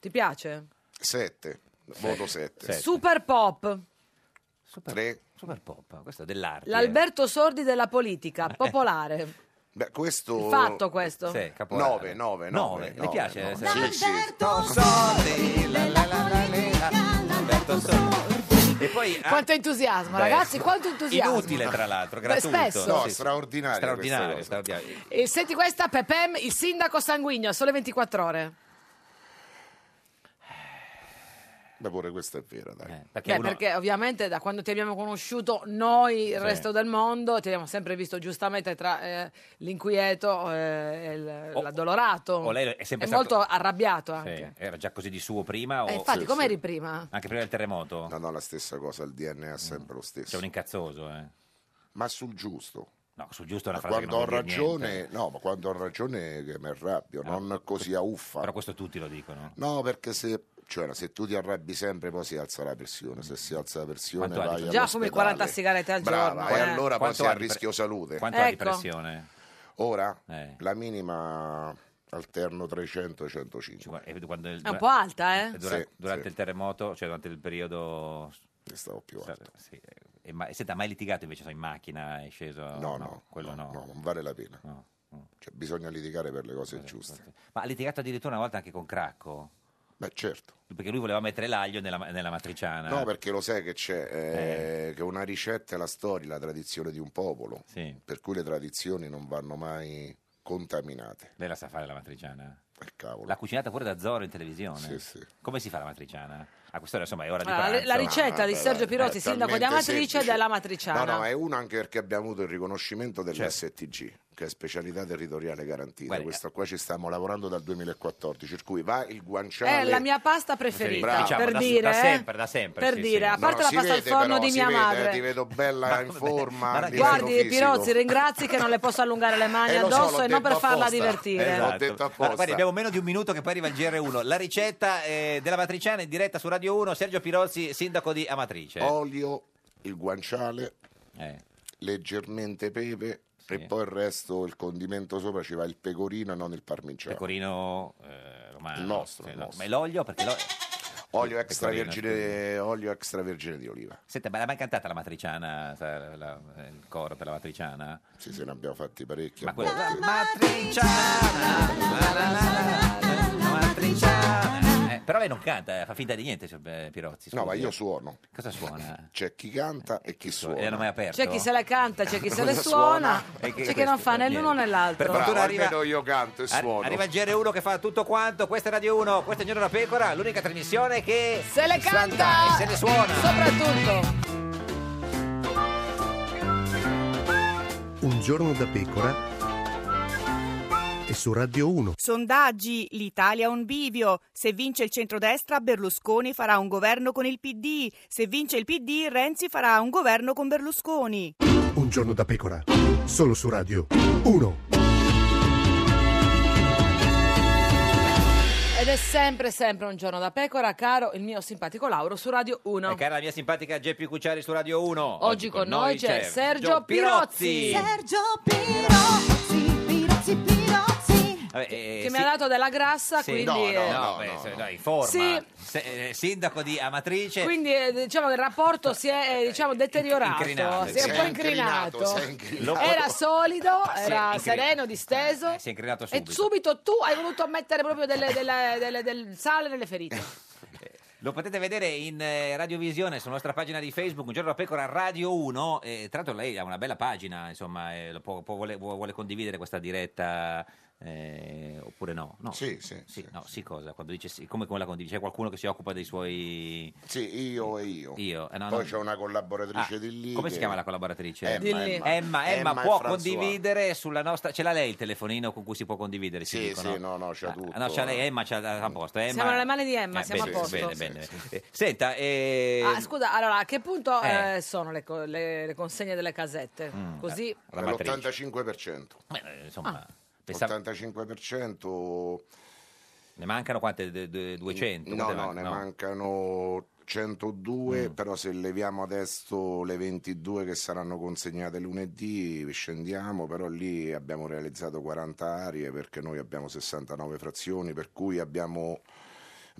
Ti piace? 7, voto 7. Super Pop. Super, super pop, questo è dell'arte. L'Alberto Sordi della politica. Popolare. Beh, questo Il fatto questo. Sì, 9, 9, 9. Nove, le piace, Sergio? Sì, sì. Ah, Alberto Sordi. E poi ah, Quanto entusiasmo, Beh, ragazzi, quanto entusiasmo. inutile tra l'altro, Beh, gratuito. spesso. No, straordinario Straordinario, straordinario. E senti questa, Pepem, il sindaco sanguigno, sole 24 ore. Beh, pure questa è vera, dai. Eh, perché Beh, perché ovviamente da quando ti abbiamo conosciuto noi, il Sì. resto del mondo, ti abbiamo sempre visto giustamente tra eh, l'inquieto eh, e il- O- l'addolorato. o Oh, lei è sempre stato- molto arrabbiato anche. Sì, Oh, Era già così di suo prima? O... Eh, infatti, come eri prima? Anche prima del terremoto? No, no, la stessa cosa, il DNA è sempre lo stesso. C'è un incazzoso, eh. Ma sul giusto. No, sul giusto è una Ma frase che quando ho non vuol dire ragione, niente. no, ma quando ho ragione che mi arrabbio, non così a uffa. Ah. Però questo tutti lo dicono. No, perché se, cioè, se tu ti arrabbi sempre, poi si alza la pressione. Se si alza la pressione, Quanto ha vai di- Già all'ospedale. fumi 40 sigarette al Brava, giorno. e eh. allora poi Quanto si ha a di pre- rischio salute. Quanto ha di Ecco. pressione? Ora Eh. la minima alterno 300 e 105. E Cioè, quando il- È un po' alta, eh? E dura- Sì, durante sì. il terremoto, cioè durante il periodo... Stavo più alto. Sì. eh, E ma, senta, mai litigato invece so, in macchina? È sceso? No, no, quello no. no, non vale la pena. Cioè, bisogna litigare per le cose giuste. Ma ha litigato addirittura una volta anche con Cracco? Beh, certo. Perché lui voleva mettere l'aglio nella, nella matriciana. No, perché lo sai che c'è, eh, che una ricetta è la storia, la tradizione di un popolo, per cui le tradizioni non vanno mai contaminate. Lei la sa fare la matriciana? Eh, L'ha cucinata pure da Zoro in televisione. Come si fa la matriciana? A quest'ora, insomma, è ora di Allora, pranzo. le- la ricetta di vabbè, Sergio Pirozzi, Ah, è sindaco di talmente Amatrice, semplice. della matriciana. No, no, è uno anche perché abbiamo avuto il riconoscimento dell'STG, che è specialità territoriale garantita. Questo qua ci stiamo lavorando dal 2014, per cui va il guanciale. È la mia pasta preferita, Bravo. per dire. eh. Per dire, a parte No, la si pasta al vede, forno però, di si mia vede, madre. eh, Ti vedo bella in forma. a livello Guardi, fisico. Pirozzi, ringrazi che non le posso allungare le mani Eh, lo so, addosso l'ho e non per detto farla apposta. divertire. Eh, l'ho detto apposta. Esatto. Guarda, guardi, abbiamo meno di un minuto che poi arriva il GR1. La ricetta eh, della matriciana in diretta su Radio 1, Sergio Pirozzi, sindaco di Amatrice. Olio, il guanciale, Eh. leggermente pepe e poi il resto, il condimento sopra, ci va il pecorino e non il parmigiano. Pecorino eh, romano. Il nostro. il nostro. Ma è l'olio? Perché l'olio... Olio extravergine, olio extravergine di oliva. Senta, ma l'ha mai cantata la matriciana, sa, la- eh, il eh? coro per la matriciana? Sì, sì, ne abbiamo fatti parecchi. Ma quello- Eh, però lei non canta, eh, fa finta di niente, signor, eh, Pirozzi. No, scusi. ma io suono. Cosa suona? C'è chi canta e chi suona. E l'hanno mai aperto? C'è chi se la canta, c'è chi se le Cosa suona, suona? c'è E che- chi non fa Eh, né niente. l'uno né l'altro. Per fortuna arriva- io canto e Ar- suono. Arriva il GR1 che fa tutto quanto, questa è Radio 1, questa è Giorno da Pecora, l'unica trasmissione che... Se le sa canta! andare, Se le suona! Soprattutto! Un giorno da pecora e su Radio 1. Sondaggi, l'Italia è un bivio. Se vince il centrodestra, Berlusconi farà un governo con il PD. Se vince il PD, Renzi farà un governo con Berlusconi. Un giorno da pecora, solo su Radio 1. Ed è sempre, sempre un giorno da pecora, caro il mio simpatico Lauro su Radio 1. E cara la mia simpatica Geppi Cucciari su Radio 1. Oggi, con noi c'è Sergio Pirozzi. Sergio Vabbè, eh, che mi sì- ha dato della grassa, sì. quindi... eh, no, beh, se- dai, in forma. Sì. Se- eh, sindaco di Amatrice. Quindi eh, diciamo che il rapporto si è eh, diciamo, deteriorato, Incrinato, diciamo. si è un sì. po' Incrinato, incrinato. sì, incrinato. Era solido, Sì, era incri- sereno, disteso. Eh, Si è incrinato E subito. subito tu hai voluto mettere proprio delle- delle- delle- del sale nelle Eh, ferite. Lo potete vedere in eh, radiovisione sulla nostra pagina di Facebook, Un giorno da pecora Radio 1. Eh, tra l'altro lei ha una bella pagina, insomma, eh, lo può- può- vuole, vuo- vuole condividere questa diretta eh, oppure no? no? Sì, sì. no, sì, cosa? Quando dice sì, come, come la condivide? C'è qualcuno che si occupa dei suoi... Sì, io e io. Io. eh, no, Poi no. c'è una collaboratrice Ah, di lì. Come si che- chiama la collaboratrice? Emma, Di lì. Emma, Emma. Emma Emma e può François. condividere sulla nostra. Ce l'ha lei il telefonino con cui si può condividere? si Sì, dicono? sì, no, no, c'ha tutto. Ah, no, c'ha lei, Emma c'ha a posto. Emma... Siamo nelle mani di Emma, Eh, siamo bene, a posto. Bene, bene. Eh, Senta, eh, Ah, scusa, allora a che punto Eh. Mm, eh, sono le, co- le- le consegne delle casette? Così La matrice. L'85%. insomma, Ah. 85%. ne mancano quante? De- de- 200? No, Quante no, ne mancano? mancano Mm. 102, però se leviamo adesso le 22 che saranno consegnate lunedì, scendiamo, però lì abbiamo realizzato 40 aree perché noi abbiamo 69 frazioni, per cui abbiamo...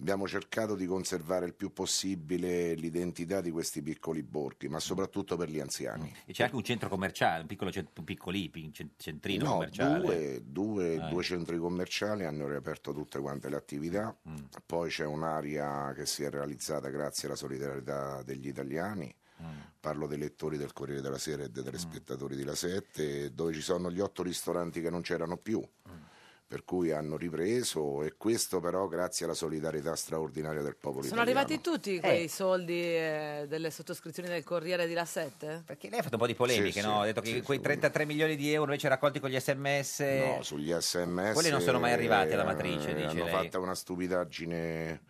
Abbiamo cercato di conservare il più possibile l'identità di questi piccoli borghi, ma soprattutto per gli anziani. E c'è anche un centro commerciale, un piccolo cent- un piccoli, pin- cent- centrino No, commerciale. Due, due- Ah. due centri commerciali hanno riaperto tutte quante le attività, Mm. poi c'è un'area che si è realizzata grazie alla solidarietà degli italiani. Mm. Parlo dei lettori del Corriere della Sera e dei telespettatori di La Sette, dove ci sono gli otto ristoranti che non c'erano più, Mm. per cui hanno ripreso e questo però grazie alla solidarietà straordinaria del popolo sono italiano. arrivati tutti quei soldi eh, delle sottoscrizioni del Corriere di La Sette? Perché lei ha fatto un po' di polemiche, Sì, no? sì, ha detto che sì, quei 33 milioni di euro invece raccolti con gli sms... No, sugli sms. Eh, Quelli non sono mai arrivati alla eh, matrice, dice Hanno lei. fatto una stupidaggine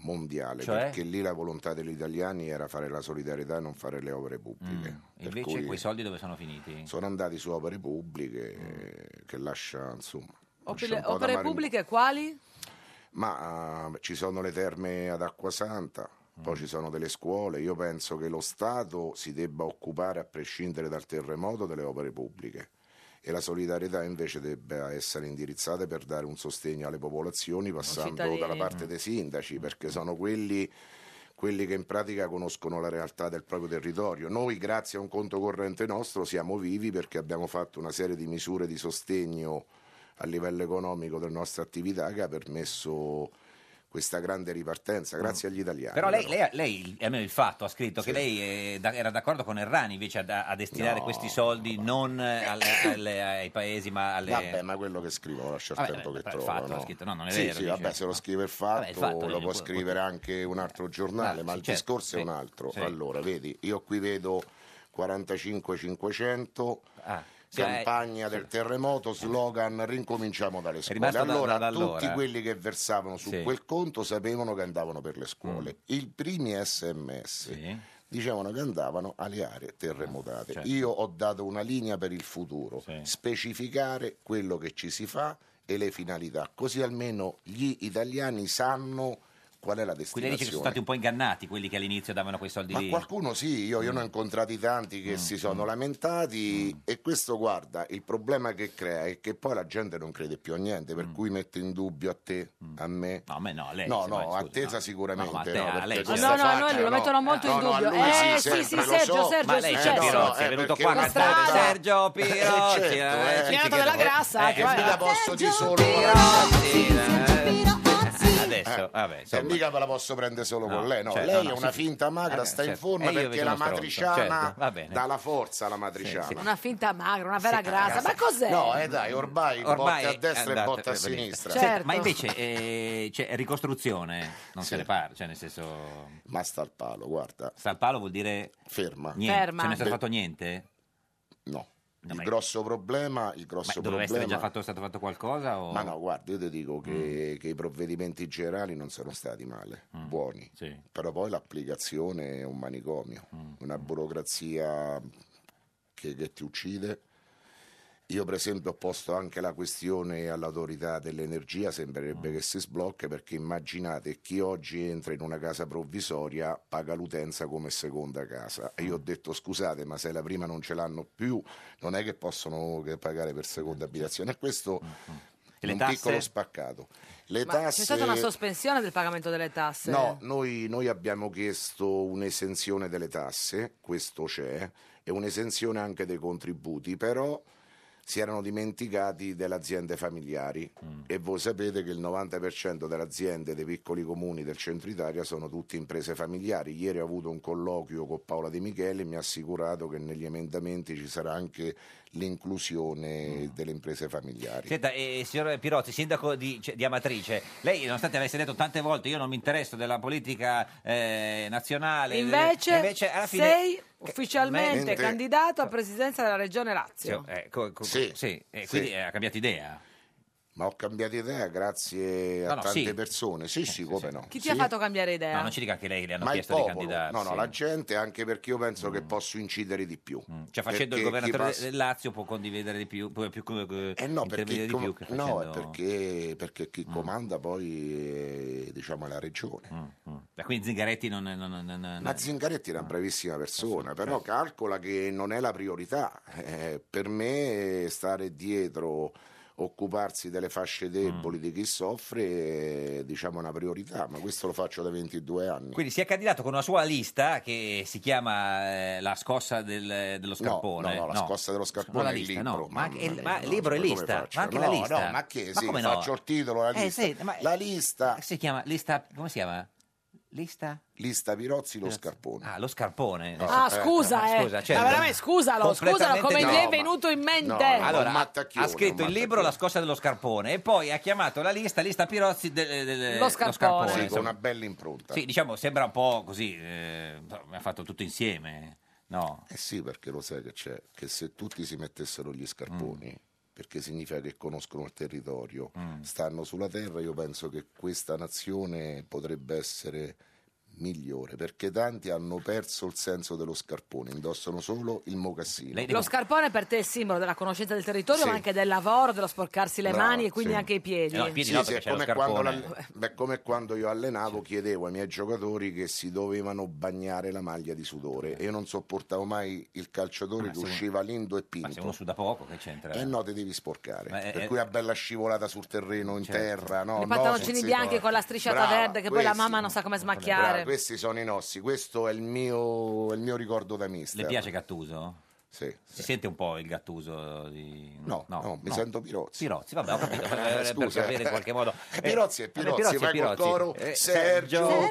mondiale, Cioè? perché lì la volontà degli italiani era fare la solidarietà e non fare le opere pubbliche. Per Mm, Invece cui quei soldi dove sono finiti? sono andati su opere pubbliche Mm. eh, che lascia, insomma... lascia un Opere, po' da opere mare in- pubbliche quali? Ma eh, ci sono le terme ad acqua santa. Poi ci sono delle scuole, io penso che lo Stato si debba occupare a prescindere dal terremoto delle opere pubbliche e la solidarietà invece debba essere indirizzata per dare un sostegno alle popolazioni passando cittadini. dalla parte dei sindaci perché sono quelli, quelli che in pratica conoscono la realtà del proprio territorio. Noi grazie a un conto corrente nostro siamo vivi perché abbiamo fatto una serie di misure di sostegno a livello economico della nostra attività che ha permesso questa grande ripartenza, grazie agli italiani. Mm. Però lei, lei, lei, almeno il fatto, ha scritto che lei eh, da- era d'accordo con Errani invece a, a destinare No. questi soldi non eh, alle- alle- ai paesi ma alle... Vabbè, ma quello che scrivo lo lascio il Vabbè, tempo vabbè, che il trovo. fatto l'ha scritto, no, non è sì, vero, sì, dice, vabbè, se lo scrive il fatto, Vabbè, il fatto, lo dice, può può- scrivere anche un altro giornale, Ah, ma sì, il certo, discorso è sì, un altro. sì. Allora, vedi, io qui vedo 45-500. Ah, sì, Campagna eh, del terremoto, slogan ricominciamo dalle scuole. rimasto da- Allora, da- da allora. tutti quelli che versavano su Sì. Mm. quel conto sapevano che andavano per le scuole. I primi sms dicevano che andavano alle aree terremotate. certo. Io ho dato una linea per il futuro, specificare quello che ci si fa e le finalità, così almeno gli italiani sanno qual è la Quindi lei dice che sono destinazione. stati un po' ingannati quelli che all'inizio davano quei soldi Ma lì. Mm. qualcuno sì, io, io ne ho incontrati tanti che si sono lamentati e questo guarda, il problema che crea è che poi la gente non crede più a niente, per cui mette in dubbio a te, a me. No, Mm. no, lei, No, se vai, scusi, attesa no. sicuramente. No, ma a te- a perché lei, questa No, no, a noi faccia, lo mettono molto in no, a dubbio. lui sì, Eh, sempre, sì, sì, certo. lo Sergio, so. Sergio, Ma è lei Eh, successo. no, Pirozzi, è eh, venuto perché qua a una cantare strada- Sergio Pirozzi. Eh, certo, eh, ci ti chiedo- chiedo- grassa, cioè, eh, cioè. qua- mica posso di solo Adesso, vabbè, e Eh, mica ve la posso prendere solo No, con lei, no? cioè, lei no, no, è una sì. finta magra, Eh, sta in certo. forma E io perché invece la uno stronzo, matriciana certo, va bene. dà la forza alla matriciana. Una finta magra, una vera Sì, grassa. Ma grassa. cos'è? No, eh dai, ormai, Ormai eh, botte a destra e andate, botte a va bene. sinistra. Senti, Certo. ma invece eh, cioè, ricostruzione non Sì. se ne parla, cioè nel senso Ma sta al palo, guarda. sta al palo vuol dire Ferma. niente, Ferma. cioè non è stato Beh, fatto niente? No. Il grosso problema, il grosso Ma doveva essere problema- già fatto, stato fatto qualcosa o Ma no, guarda, io ti dico che, che i provvedimenti generali non sono stati male, buoni, però poi l'applicazione è un manicomio, una burocrazia che, che ti uccide. Io per esempio ho posto anche la questione all'autorità dell'energia, sembrerebbe che si sblocchi perché immaginate chi oggi entra in una casa provvisoria paga l'utenza come seconda casa. E Io ho detto scusate ma se la prima non ce l'hanno più non è che possono che pagare per seconda abitazione. E questo è le un tasse? piccolo spaccato. Le Ma tasse... C'è stata una eh? sospensione del pagamento delle tasse? No, noi, noi abbiamo chiesto un'esenzione delle tasse, questo c'è, e un'esenzione anche dei contributi, però si erano dimenticati delle aziende familiari Mm. e voi sapete che il 90% delle aziende dei piccoli comuni del centro Italia sono tutte imprese familiari. Ieri ho avuto un colloquio con Paola Di Michele e mi ha assicurato che negli emendamenti ci sarà anche Mm. l'inclusione delle imprese familiari. Senta, eh, signor Pirozzi, sindaco di, cioè, di Amatrice, lei nonostante avesse detto tante volte io non mi interesso della politica eh, nazionale, Invece, invece alla fine sei ufficialmente Mente- candidato a presidenza della regione Lazio. Sì, eh, co- co- sì. eh, quindi ha cambiato idea. Ma ho cambiato idea grazie a No, no, tante sì. persone. Sì, sì, come no. Chi ti Sì. ha fatto cambiare idea? No, non ci dica che lei le hanno Ma il chiesto di popolo, candidarsi. no, no, la gente, anche perché io penso che posso incidere di più. Cioè facendo il Perché chi governatore passa- del Lazio può condividere di più, può più Eh no, intervenire perché, di com- più che no, facendo... Mm. è perché, perché chi comanda poi è, diciamo, è la regione. Ma Quindi Zingaretti non... non, non- non- non- Ma Zingaretti è una bravissima persona, però Certo. calcola che non è la priorità. Eh, per me stare dietro, occuparsi delle fasce Mm. deboli di chi soffre è diciamo, una priorità, ma questo lo faccio da 22 anni. Quindi si è candidato con una sua lista che si chiama eh, La scossa del- dello scarpone. No, no, no, la scossa dello No, scarpone la è il lista, libro. no. Ma mamma anche il- mia, ma no, libro e come lista, ma faccio? anche la no, lista. No, ma che Ma sì, come no? faccio il titolo, la Eh, lista. sì, ma- La lista, Si chiama lista... come si chiama? Lista? lista Pirozzi, lo scarpone. Ah, lo scarpone. Ah, scusa, eh. scusa, certo. Ma veramente, scusalo, scusalo, come Completamente gli è no, ma- venuto in mente. allora, ha- mattacchione, ha scritto un il libro La scossa dello scarpone e poi ha chiamato la lista, lista Pirozzi del, del- Lo scarpone. Sì, con insomma. una bella impronta. Sì, diciamo, sembra un po' così, eh, ha fatto tutto insieme, no? Eh sì, perché lo sai che c'è, che se tutti si mettessero gli scarponi, Mm. perché significa che conoscono il territorio, stanno sulla terra, io penso che questa nazione potrebbe essere migliore, perché tanti hanno perso il senso dello scarpone, indossano solo il mocassino. Lo scarpone per te è simbolo della conoscenza del territorio, Sì. ma anche del lavoro, dello sporcarsi le No, mani e quindi sì. anche i eh, piedi. Sì, sì, è come quando, la- beh, come quando io allenavo chiedevo ai miei giocatori che si dovevano bagnare la maglia di sudore e io non sopportavo mai il calciatore Ah, Ma che se uno- usciva lindo e Ma se uno pinto. suda poco, che c'entra? E Eh no, ti devi sporcare. Ma è- per è- cui una bella scivolata sul terreno, in Certo. terra. No, I no, pantaloncini senza- bianchi con la strisciata Brava, verde che poi la questi- mamma non sa come Brava, smacchiare. questi sono i nostri, questo è il mio, è il mio ricordo da mister. Le piace Cattuso? Sì, Si sente un po' il gattuso di... No, no, mi sento Pirozzi. Pirozzi, vabbè, ho capito, per- per, per Scusa. capire in qualche modo. Eh, Pirozzi è Pirozzi, Pirozzi è vai col Pirozzi. coro. Eh, Sergio,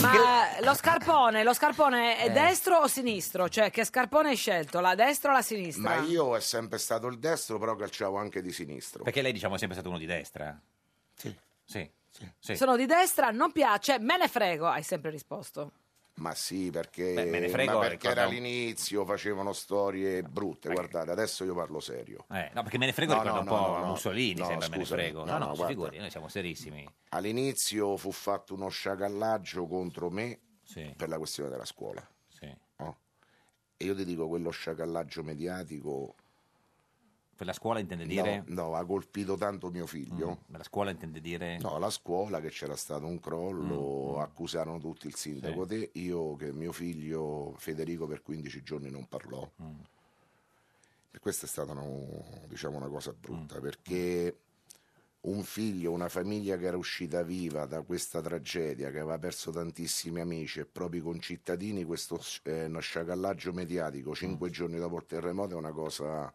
Ma lo scarpone, lo scarpone Eh. è destro o sinistro? Cioè, che scarpone hai scelto? La destra o la sinistra? Ma io è sempre stato il destro, però calciavo anche di sinistro. Perché lei, diciamo, è sempre stato uno di destra? Sì. Sì. Sono di destra, non piace, me ne frego, hai sempre risposto. Ma sì, perché, Beh, me ne frego, ma perché era ricordiamo- l'inizio, facevano storie brutte. Guardate, adesso io parlo serio. Eh, no, perché me ne frego No, ricorda no, un no, po' no, no. Mussolini, No, sembra me ne scusami. frego. No, no, No, no, si guarda. figuri, noi siamo serissimi. All'inizio fu fatto uno sciacallaggio contro me per la questione della scuola. No? E io ti dico, quello sciacallaggio mediatico... Per la scuola intende dire? No, no, ha colpito tanto mio figlio. Eh. Mm. la scuola intende dire? Mm, No, la scuola che c'era stato un crollo, accusarono tutti il sindaco te, io che mio figlio Federico per 15 giorni non parlò. Mm. E questa è stata no, diciamo, una cosa brutta Mm. perché un figlio, una famiglia che era uscita viva da questa tragedia, che aveva perso tantissimi amici e propri concittadini, questo eh, uno sciacallaggio mediatico cinque Mm. giorni dopo il terremoto è una cosa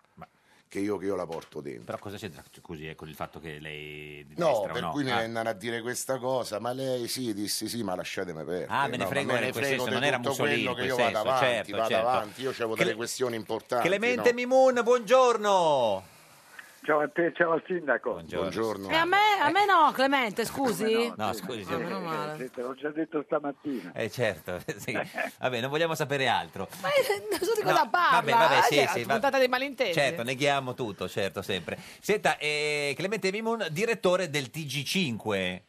che io, che io la porto dentro. Però cosa c'entra così eh, con il fatto che lei è di No, destra per o no? cui mi Ah. vennero a dire questa cosa, ma lei sì, dissi sì, ma lasciatemi perdere. Ah, me ne No, ma frego, me era ne in quel frego senso, di non era tutto Mussolini, quello in che quel io vado senso, avanti, certo, vado certo. avanti, io avevo delle Cle- questioni importanti. Clemente no? Mimun, buongiorno. Ciao a te, ciao al sindaco. Buongiorno. E a me, a me no, Clemente, scusi. Eh. No, scusi. Ah, meno male. Eh, te l'ho già detto stamattina. Eh certo, sì. Vabbè, non vogliamo sapere altro. Ma eh, non so di cosa No, parla. vabbè, vabbè, sì, eh, la sì, va- puntata dei malintesi. Certo, neghiamo tutto, certo, sempre. Senta, eh, Clemente Mimun, direttore del TG5.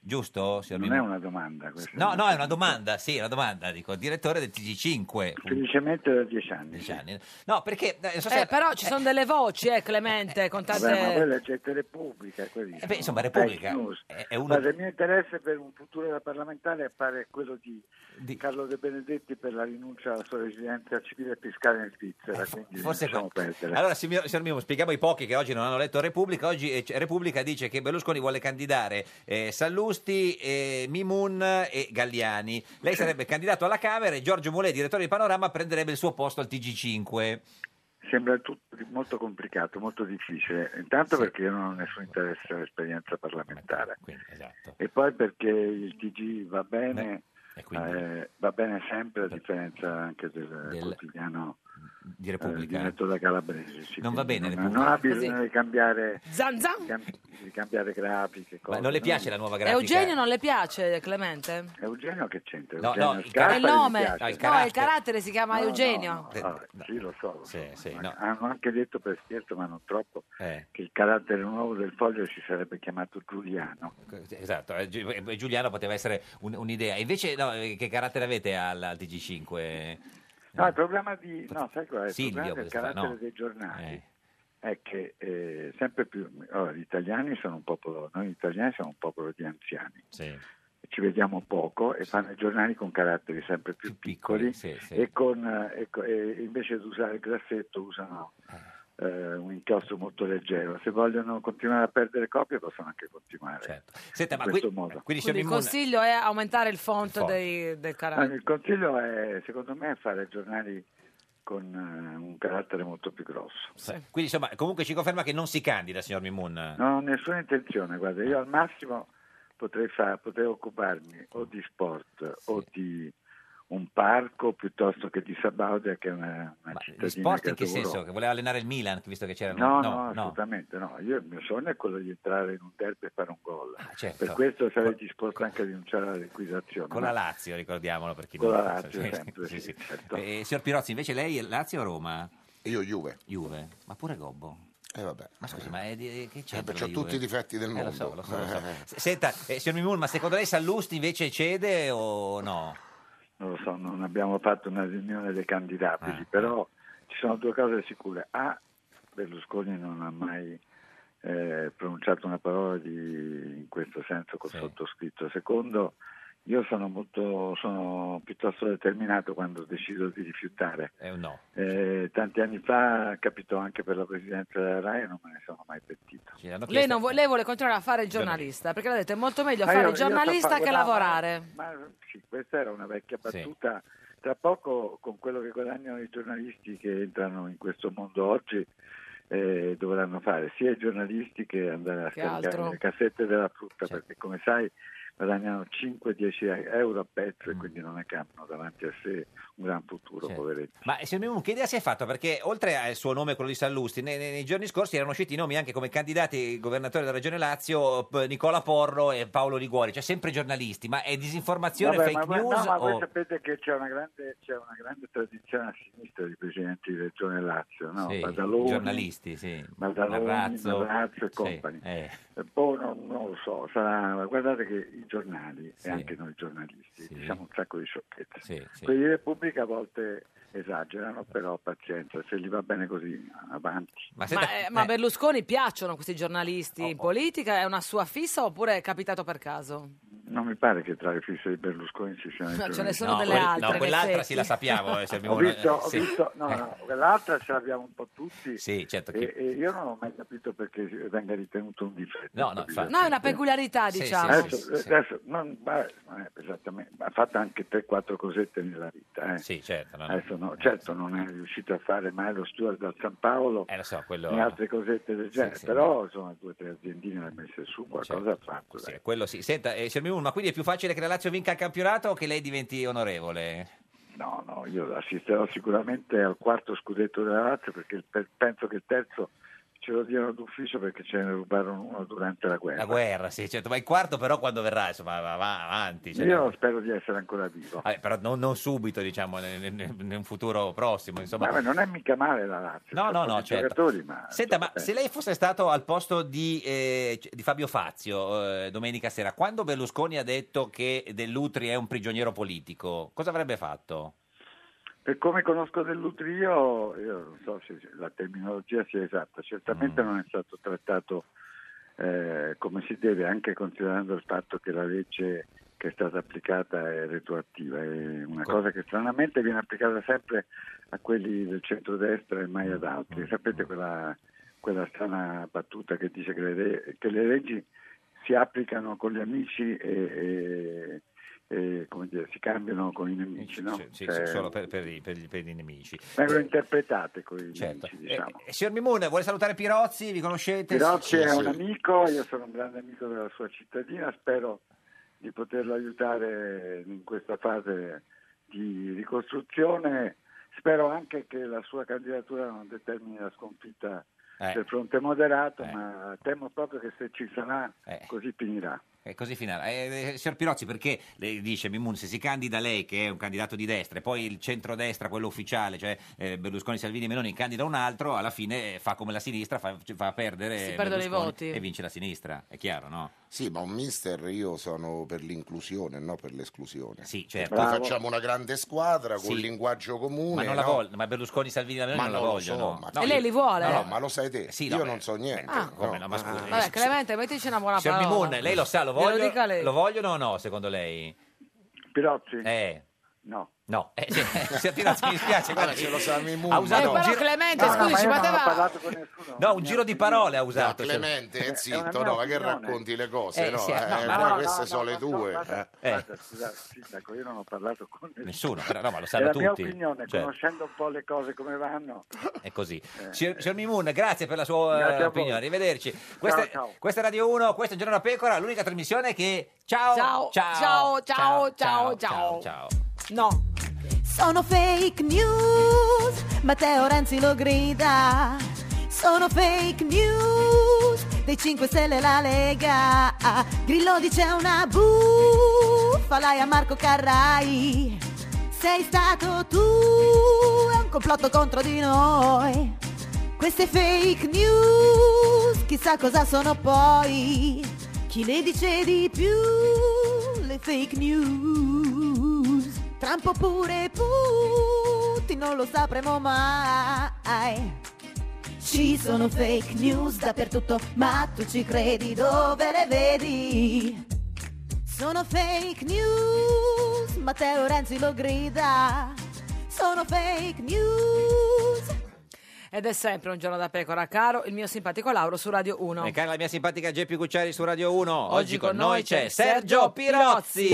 Giusto? signor Non è Mimun? una domanda cioè, questa. No, no, è una domanda, sì, è una domanda, dico, direttore del TG5. Felicemente da dieci anni. Dieci anni. No, perché... eh, non so se- Eh, però ci sono delle voci, eh, Clemente, con tante... Vabbè, ma quella è gente Repubblica. quelli Eh beh, insomma, sono Repubblica fake news. è- è uno- Guarda, il mio interesse per un futuro da parlamentare appare quello di, Carlo De Benedetti per la rinuncia alla sua residenza civile e fiscale in Svizzera. quindi Ecco, forse lasciamo perdere. Allora, signor, signor Mimo, spieghiamo ai pochi che oggi non hanno letto Repubblica. Oggi eh, c- Repubblica dice che Berlusconi vuole candidare eh, Sallusti, eh, Mimun e Galliani. Lei sarebbe candidato alla Camera e Giorgio Mulè, direttore di Panorama, prenderebbe il suo posto al TG5. Sembra tutto di- molto complicato, molto difficile. Intanto perché io non ho nessun interesse all'esperienza parlamentare. Esatto, E poi perché il TG va bene, eh, va bene sempre a differenza anche del, quotidiano eh, di Repubblica. diretto da Calabrese. sì, Non va quindi bene Non, Repubblica. non ha bisogno Così. di cambiare, Zan zan. di cambiare grafiche. Ma cose, non le no? piace la nuova grafica? Eugenio non le piace, Clemente? Eugenio che c'entra? No, Eugenio no, Ah, il Scarpa È carattere- il gli nome, piace. no, il carattere si chiama No, no, Eugenio. no, eh, no, sì, lo so. lo so. Ma no. Eh. Hanno anche detto per scherzo, ma non troppo, che il carattere nuovo del foglio si sarebbe chiamato Giuliano. Esatto, eh, Gi- eh, Giuliano poteva essere un- un'idea. Invece, no, eh, che carattere avete al, al TG5? No, il problema di... No, sai qual è? Il eh. Silvio problema del poteva- carattere no. Eh. dei giornali è che eh, sempre più... allora, gli italiani sono un popolo... Noi italiani siamo un popolo di anziani. Eh. Ci vediamo poco e fanno i giornali con caratteri sempre più piccoli, E, con, eh, e co- e invece di usare il grassetto usano eh, un inchiostro molto leggero. Se vogliono continuare a perdere copie possono anche continuare Certo. Senta, in ma questo qui- modo. quindi, Quindi il consiglio è aumentare il font, font. dei- del Ah, carattere. il consiglio è, secondo me, fare giornali con eh, un carattere molto più grosso. quindi, insomma, comunque ci conferma che non si candida, signor Mimun. Non ho nessuna intenzione, guarda, io al massimo potrei, fa- potrei occuparmi o di sport o di un parco piuttosto che di Sabaudia che è una, una cittadina Sport che in che adoro. senso? Che voleva allenare il Milan, visto che c'era... No, no, assolutamente no. Io il mio sogno è quello di entrare in un derby e fare un gol. certo. Per questo sarei disposto anche a rinunciare alla liquidazione. Con la ma- Lazio, ricordiamolo. Per chi Con non la lo sa. Lazio, Sì, sempre, sì, sì, certo. sì. Eh, signor Pirozzi, invece lei è Lazio o Roma? Io Juve. Juve, ma pure Gobbo. E Eh, vabbè. Ma scusi, ma è di- eh, che c'è? c'ho tutti i difetti del Lo so, mondo. lo so, lo so. S- Senta, eh, signor Mimun, ma secondo lei Sallusti invece cede o no? non lo so, non abbiamo fatto una riunione dei candidabili, però ci sono due cose sicure. A, Berlusconi non ha mai eh, pronunciato una parola di- in questo senso col sottoscritto. Secondo, Io sono, molto, sono piuttosto determinato quando decido di rifiutare. È un no. Eh, tanti anni fa capitò anche per la presidenza della RAI e non me ne sono mai pentito. Lei, non vu- lei vuole continuare a fare il giornalista perché l'ha detto è molto meglio Ma fare io- il io sto giornalista fa- che guardavo- lavorare. Ma sì, questa era una vecchia battuta. Tra poco, con quello che guadagnano i giornalisti che entrano in questo mondo oggi, eh, dovranno fare sia i giornalisti che andare a Che scaricare altro? le cassette della frutta, perché come sai guadagnano 5-10 euro a pezzo e Mm. quindi non è che hanno davanti a sé un gran futuro, poveretti. Ma eh, signor Mimmo, che idea si è fatta? Perché oltre al suo nome, quello di Sallusti, nei, nei- nei giorni scorsi erano usciti i nomi anche come candidati governatori della Regione Lazio, p- Nicola Porro e Paolo Liguori, cioè sempre giornalisti, ma è disinformazione, Vabbè, ma fake voi- no, news? ma voi o- sapete che c'è una, grande, c'è una grande tradizione a sinistra di presidenti di Regione Lazio, no? Sì, Badaloni, giornalisti, sì. Badaloni, Marrazzo. Marrazzo e Sì, compagni. eh. Eh, boh, non, non lo so, sarà- guardate che i giornali Sì. e anche noi giornalisti Sì. diciamo un sacco di sciocchezze. Sì, sì. Quelli di Repubblica a volte esagerano, però pazienza, se gli va bene così, avanti. Ma, eh, ma a Berlusconi piacciono questi giornalisti in politica? È una sua fissa oppure è capitato per caso? Non mi pare che tra le fisse di Berlusconi ci siano i No, ce ne giornalisti. sono No, delle quel- no, altre, quell'altra Cassetti. sì la sappiamo, eh, se abbiamo- ho visto, ho sì. visto- no, no, quell'altra ce l'abbiamo un po' tutti. Sì, certo. E, Che... e io non ho mai capito perché venga ritenuto un difetto. No, no, infatti. No, è una peculiarità, diciamo. adesso, adesso non, Cioè, ma- ma è esattamente, ma ha fatto anche 3-4 cosette nella vita. eh. Sì, certo. no, no. Adesso no, certo, non è riuscito a fare mai lo steward al San Paolo Eh, lo so, quello... né altre cosette del genere, sì. Certo, però insomma due o tre aziendine le ha messe su, qualcosa ha fatto. dai. Sì, quello sì. Senta, eh, signor Mimmo, ma quindi è più facile che la Lazio vinca il campionato o che lei diventi onorevole? No, no, io assisterò sicuramente al quarto scudetto della Lazio perché il- pe- penso che il terzo ce lo diano d'ufficio perché ce ne rubarono uno durante la guerra. La guerra, sì, certo, ma il quarto però quando verrà, insomma, va, va avanti. cioè- Io spero di essere ancora vivo. Vabbè, però non, non subito, diciamo, nel- nel- nel- in un futuro prossimo, insomma. Ma non è mica male la Lazio. No, c'ha no, no, pochi certo. giocatori, ma eh. Senta, ma se lei fosse stato al posto di, eh, di Fabio Fazio eh, domenica sera, quando Berlusconi ha detto che Dell'Utri è un prigioniero politico, cosa avrebbe fatto? Per come conosco dell'Utri io, io non so se la terminologia sia esatta, Mm. certamente non è stato trattato eh, come si deve, anche considerando il fatto che la legge che è stata applicata è retroattiva, è una cosa che stranamente viene applicata sempre a quelli del centrodestra e mai ad altri. Mm. Sapete quella, quella strana battuta che dice che le, re- che le leggi si applicano con gli amici e, e- e, come dire, si cambiano con i nemici, no? Sì, Cioè, sì, solo per, per i, per i- per i nemici. Vengono interpretate con i Certo. nemici, diciamo. Eh, signor Mimone, vuole salutare Pirozzi? Vi conoscete? Pirozzi Sì, è sì. un amico, io sono un grande amico della sua cittadina, spero di poterlo aiutare in questa fase di ricostruzione, spero anche che la sua candidatura non determini la sconfitta Eh. del fronte moderato, ma temo proprio che se ci sarà Eh. così finirà. E così finirà. Eh, eh, signor Pirozzi, perché le dice Mimun, se si candida lei, che è un candidato di destra, e poi il centrodestra, quello ufficiale, cioè eh, Berlusconi, Salvini e Meloni, candida un altro, alla fine eh, fa come la sinistra, fa, fa perdere Si perdono i Berlusconi voti. e vince la sinistra, è chiaro, no? Sì, ma un mister io sono per l'inclusione, no per l'esclusione. Sì, certo. Poi Bravo. Ecco, facciamo una grande squadra con Sì. linguaggio comune. ma non la no? voglio, ma Berlusconi, Salvini e Meloni Ma non la non lo vogliono. so, ma No, e lei io- li vuole? No, no, ma lo sai te, io non so niente. Ah. come no, ma scusi. Vabbè, Clemente, mettici una buona Signor parola. Mimone, lei lo sa, lo, Glielo voglio- dica lei. lo vogliono o no, secondo lei? Pirozzi? Eh. No. No, eh, sì, signor Pirozzi, mi dispiace. Guarda, guardi, ce lo sa Mimmo, Ha usato ma un no. giro- Clemente, No, no, scusi, ma io ma non te ho va? parlato con nessuno. No, un giro di parole ha usato. No, signor- Clemente, eh, una zitto, mia no, ma che opinione. racconti le cose, Eh, no? sì, eh, no, eh, ma- poi no, queste no, sono no, le no, tue. guarda, eh. guarda, scusa, sindaco, Ecco, io non ho parlato con nessuno. Nessuno, però no, ma lo È sanno la mia tutti. opinione, Cioè, conoscendo un po' le cose come vanno, è così. Signor, signor Mimun, grazie per la sua Eh. eh, Grazie a voi. opinione. Arrivederci. Questa, è- ciao. questa è Radio 1, questo è Giorno da Pecora, l'unica trasmissione che ciao Ciao, ciao, ciao ciao, ciao, ciao. ciao. ciao. No. Sono fake news, Matteo Renzi lo grida. Sono fake news, dei 5 Stelle la Lega. Grillo dice una bufala e a Marco Carrai. Sei stato tu, è un complotto contro di noi. Queste fake news, chissà cosa sono poi. Chi le dice di più le fake news? Trump oppure Putin non lo sapremo mai. Ci sono fake news dappertutto, ma tu ci credi dove le vedi? Sono fake news, Matteo Renzi lo grida. Sono fake news. Ed è sempre un giorno da pecora, caro il mio simpatico Lauro su Radio 1. E cara la mia simpatica Geppi Cucciari su Radio 1. Oggi, con noi noi c'è c'è Sergio Pirozzi.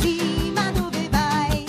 Pirozzi, ma dove vai?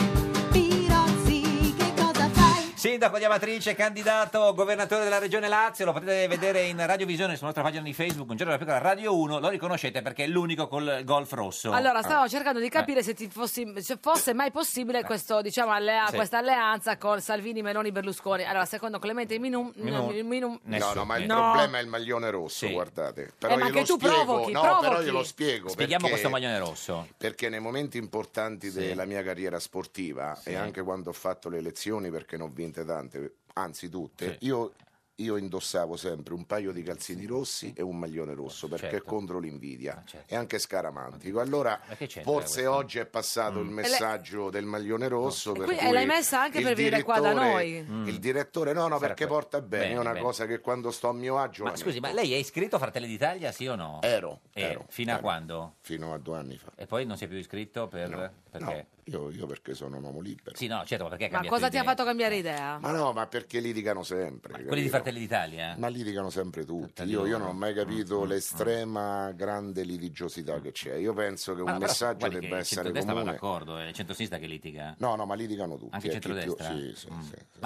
Pirozzi, che cosa fai? Sindaco di Amatrice, candidato governatore della regione Lazio, lo potete vedere in radiovisione sulla nostra pagina di Facebook, un giorno da piccola Radio 1, lo riconoscete perché è l'unico col golf rosso. Ah. Allora, stavo cercando Eh. di capire se, ti fossi- se fosse mai possibile questo, diciamo, allea- Sì. questa alleanza con Salvini, Meloni, Berlusconi. Allora, secondo Clemente Minum, Minum- n- Minum- No, no, ma il No. problema è il maglione rosso, guardate. Però Eh, ma glielo anche tu spiego, provochi, no, provochi. però glielo spiego. Spieghiamo perché- questo maglione rosso. Perché nei momenti importanti della mia carriera sportiva Sì. e anche quando ho fatto le elezioni, perché ne ho vinte tante, anzi tutte, Sì. io, io indossavo sempre un paio di calzini rossi e un maglione rosso, perché Certo. è contro l'invidia e anche scaramantico. Allora, che c'entra Mm. forse oggi è passato il lei- messaggio del maglione rosso. Per qui- e cui l'hai messa anche il per venire qua da direttore- Mm. noi? Il direttore, no, no, Sarà perché quello. porta bene, Bene, è una bene. cosa che quando sto a mio agio... Ma la scusi, metto. ma lei è iscritto a Fratelli d'Italia, sì o no? Ero, Eh, ero, Fino a ero. quando? Fino a due anni fa. E poi non si è più iscritto per... perché? Io, io perché sono un uomo libero. Sì, no, certo, ma perché ha Ma cambiato cosa ti ha idea? fatto cambiare idea? Ma no, ma perché litigano sempre? Quelli di capito? Fratelli d'Italia? Ma litigano sempre tutti. di Io, io loro. Mm, non ho mai capito l'estrema grande litigiosità che c'è. Io penso che Ma un però, messaggio guardi che debba il essere centrodestra va comune. d'accordo, è il centrosinistra che litiga. No, no, ma litigano tutti. Anche eh, chi più- centrodestra? Mm. sì, sì,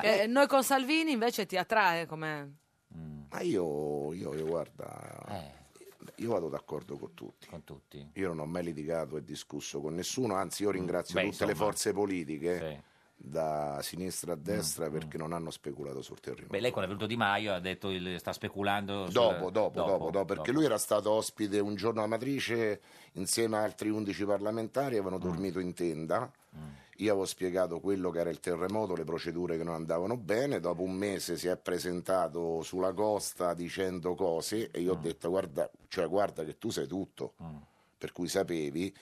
sì. Eh, noi con Salvini invece ti attrae come... Ma io, io, io, guarda, io vado d'accordo con tutti. Eh. Con tutti. Io non ho mai litigato e discusso con nessuno, anzi io ringrazio Beh, tutte le insomma. forze politiche. Da sinistra a Mm, destra perché non hanno speculato sul terreno. Beh, lei quando è venuto Di Maio ha detto il, sta speculando... sul- Dopo, dopo, dopo, dopo, perché lui era stato ospite un giorno a Matrice insieme a altri 11 parlamentari, avevano dormito in tenda. Io avevo spiegato quello che era il terremoto, le procedure che non andavano bene. Dopo un mese si è presentato sulla costa dicendo cose e io ho detto: guarda, cioè, guarda che tu sai tutto, per cui sapevi.